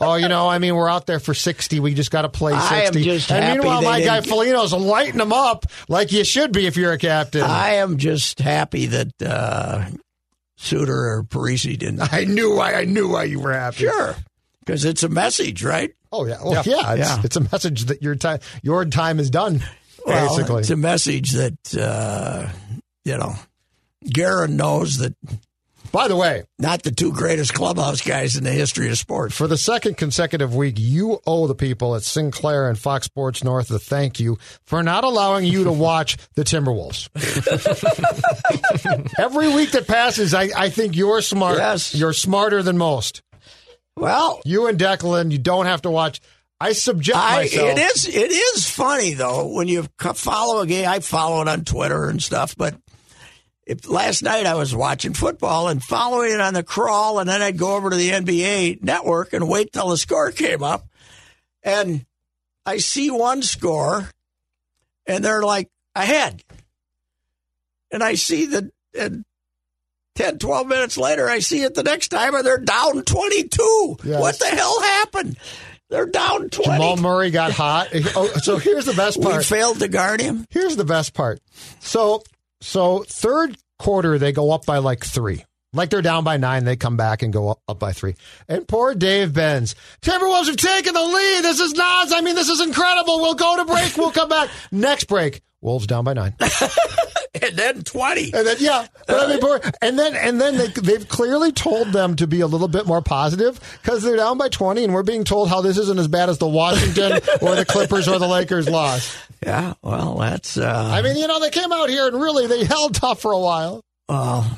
[SPEAKER 4] oh, you know, I mean, we're out there for 60. We just got to play 60.
[SPEAKER 3] I am just
[SPEAKER 4] and
[SPEAKER 3] happy
[SPEAKER 4] meanwhile,
[SPEAKER 3] they
[SPEAKER 4] my guy
[SPEAKER 3] didn't get-
[SPEAKER 4] Felino's lighting them up like you should be if you're a captain.
[SPEAKER 3] I am just happy that uh, Suter or Parisi didn't.
[SPEAKER 4] I knew why. I knew why you were happy.
[SPEAKER 3] Sure, because it's a message, right?
[SPEAKER 4] Oh yeah. Well, yeah. it's,
[SPEAKER 3] Yeah.
[SPEAKER 4] it's a message that your time your time is done.
[SPEAKER 3] Well,
[SPEAKER 4] basically,
[SPEAKER 3] it's a message that uh, you know. Garen knows that
[SPEAKER 4] by the way,
[SPEAKER 3] not the two greatest clubhouse guys in the history of sports.
[SPEAKER 4] for the second consecutive week, you owe the people at Sinclair and Fox Sports North a thank you for not allowing you to watch the Timberwolves. Every week that passes, I, I think you're smart.
[SPEAKER 3] Yes.
[SPEAKER 4] You're smarter than most.
[SPEAKER 3] Well,
[SPEAKER 4] You and Declan, you don't have to watch. I subject
[SPEAKER 3] I,
[SPEAKER 4] myself.
[SPEAKER 3] it is it is funny though when you co- follow a game. I follow it on Twitter and stuff, but if, last night I was watching football and following it on the crawl, and then I'd go over to the NBA network and wait till the score came up, and I see one score, and they're like ahead, and I see the and. 10, 12 minutes later, I see it the next time, and they're down 22.
[SPEAKER 4] Yes.
[SPEAKER 3] What the hell happened? They're down 20.
[SPEAKER 4] Jamal Murray got hot. Oh, so here's the best part.
[SPEAKER 3] We failed to guard him.
[SPEAKER 4] Here's the best part. So so third quarter they go up by like three. Like they're down by nine, they come back and go up, up by three. And poor Dave Benz. Timberwolves have taken the lead. This is Nas. I mean, this is incredible. We'll go to break. We'll come back. Next break. Wolves down by nine.
[SPEAKER 3] And then 20.
[SPEAKER 4] And then yeah. But I mean, poor- and then and then they they've clearly told them to be a little bit more positive because they're down by twenty and we're being told how this isn't as bad as the Washington or the Clippers or the Lakers loss.
[SPEAKER 3] Yeah, well, that's. Uh,
[SPEAKER 4] I mean, you know, they came out here and really they held tough for a while.
[SPEAKER 3] uh,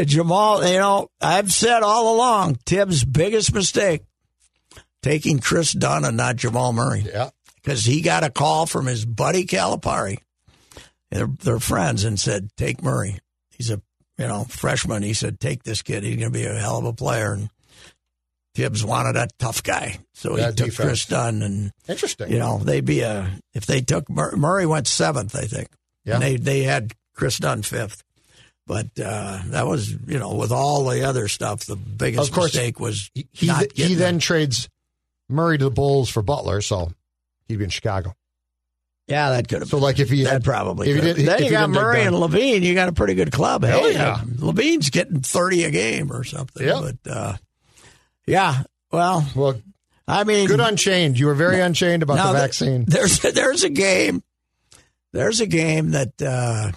[SPEAKER 3] Jamal, you know, I've said all along Tibbs' biggest mistake taking Chris Dunn and not Jamal Murray
[SPEAKER 4] Yeah.
[SPEAKER 3] because he got a call from his buddy Calipari. They're, they're friends and said, take Murray. He's a you know freshman. He said, take this kid. He's going to be a hell of a player. And Tibbs wanted a tough guy, so he
[SPEAKER 4] Yeah,
[SPEAKER 3] took
[SPEAKER 4] defense.
[SPEAKER 3] Chris Dunn. And
[SPEAKER 4] Interesting.
[SPEAKER 3] you know they'd be a if they took Mur- Murray went seventh, I think.
[SPEAKER 4] Yeah.
[SPEAKER 3] And they they had Chris Dunn fifth. But uh, that was, you know, with all the other stuff, the biggest
[SPEAKER 4] Of course,
[SPEAKER 3] mistake was
[SPEAKER 4] he he,
[SPEAKER 3] not
[SPEAKER 4] he
[SPEAKER 3] getting
[SPEAKER 4] then trades Murray to the Bulls for Butler, so he'd be in Chicago.
[SPEAKER 3] Yeah, that could have.
[SPEAKER 4] So like if he
[SPEAKER 3] that
[SPEAKER 4] had
[SPEAKER 3] probably.
[SPEAKER 4] if he
[SPEAKER 3] could've.
[SPEAKER 4] did-
[SPEAKER 3] then
[SPEAKER 4] if
[SPEAKER 3] you
[SPEAKER 4] he
[SPEAKER 3] got
[SPEAKER 4] didn't dig
[SPEAKER 3] Murray
[SPEAKER 4] down.
[SPEAKER 3] and Levine. You got a pretty good club.
[SPEAKER 4] Hell
[SPEAKER 3] Hey,
[SPEAKER 4] yeah.
[SPEAKER 3] Levine's getting thirty a game or something.
[SPEAKER 4] Yeah.
[SPEAKER 3] but uh, yeah. Well,
[SPEAKER 4] well,
[SPEAKER 3] I mean,
[SPEAKER 4] good unchained. You were very unchained about
[SPEAKER 3] now
[SPEAKER 4] the
[SPEAKER 3] th-
[SPEAKER 4] vaccine.
[SPEAKER 3] there's there's a game. There's a game that uh,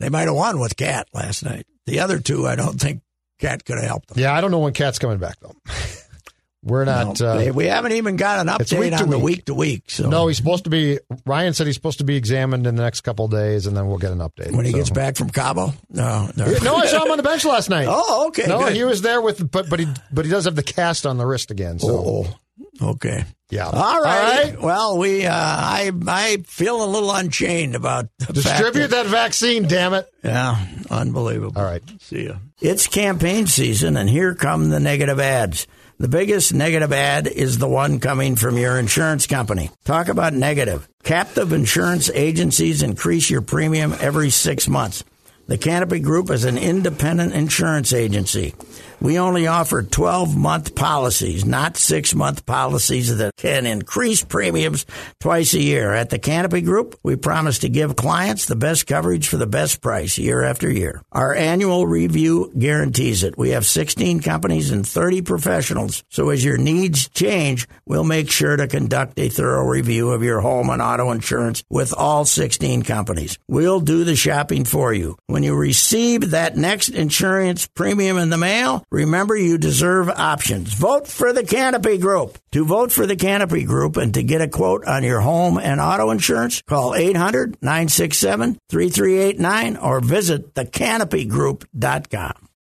[SPEAKER 3] they might have won with Cat last night. The other two, I don't think Cat could have helped them.
[SPEAKER 4] yeah, I don't know when Cat's coming back though. we're not.
[SPEAKER 3] No,
[SPEAKER 4] uh,
[SPEAKER 3] they- we haven't even got an
[SPEAKER 4] it's week
[SPEAKER 3] update
[SPEAKER 4] to
[SPEAKER 3] on the
[SPEAKER 4] week.
[SPEAKER 3] week to week. So
[SPEAKER 4] no, he's supposed to be. Ryan said he's supposed to be examined in the next couple of days, and then we'll get an update
[SPEAKER 3] when he
[SPEAKER 4] So-
[SPEAKER 3] gets back from Cabo, no, no,
[SPEAKER 4] No, I saw him on the bench last night.
[SPEAKER 3] Oh, okay.
[SPEAKER 4] no,
[SPEAKER 3] good.
[SPEAKER 4] he was there with, but but he but he does have the cast on the wrist again. So
[SPEAKER 3] Oh, okay.
[SPEAKER 4] yeah,
[SPEAKER 3] All right.
[SPEAKER 4] All right.
[SPEAKER 3] Well, we uh, I I feel a little unchained about the fact
[SPEAKER 4] Distribute
[SPEAKER 3] that-
[SPEAKER 4] that vaccine, damn it!
[SPEAKER 3] Yeah, unbelievable.
[SPEAKER 4] All right.
[SPEAKER 3] See ya. It's campaign season, and here come the negative ads. The biggest negative ad is the one coming from your insurance company. Talk about negative. Captive insurance agencies increase your premium every six months. The Canopy Group is an independent insurance agency. We only offer 12 month policies, not six month policies that can increase premiums twice a year. At the Canopy Group, we promise to give clients the best coverage for the best price year after year. Our annual review guarantees it. We have 16 companies and 30 professionals. So as your needs change, we'll make sure to conduct a thorough review of your home and auto insurance with all 16 companies. We'll do the shopping for you. When you receive that next insurance premium in the mail, remember you deserve options. Vote for the Canopy Group. To vote for the Canopy Group and to get a quote on your home and auto insurance, call 800 967 3389 or visit thecanopygroup.com.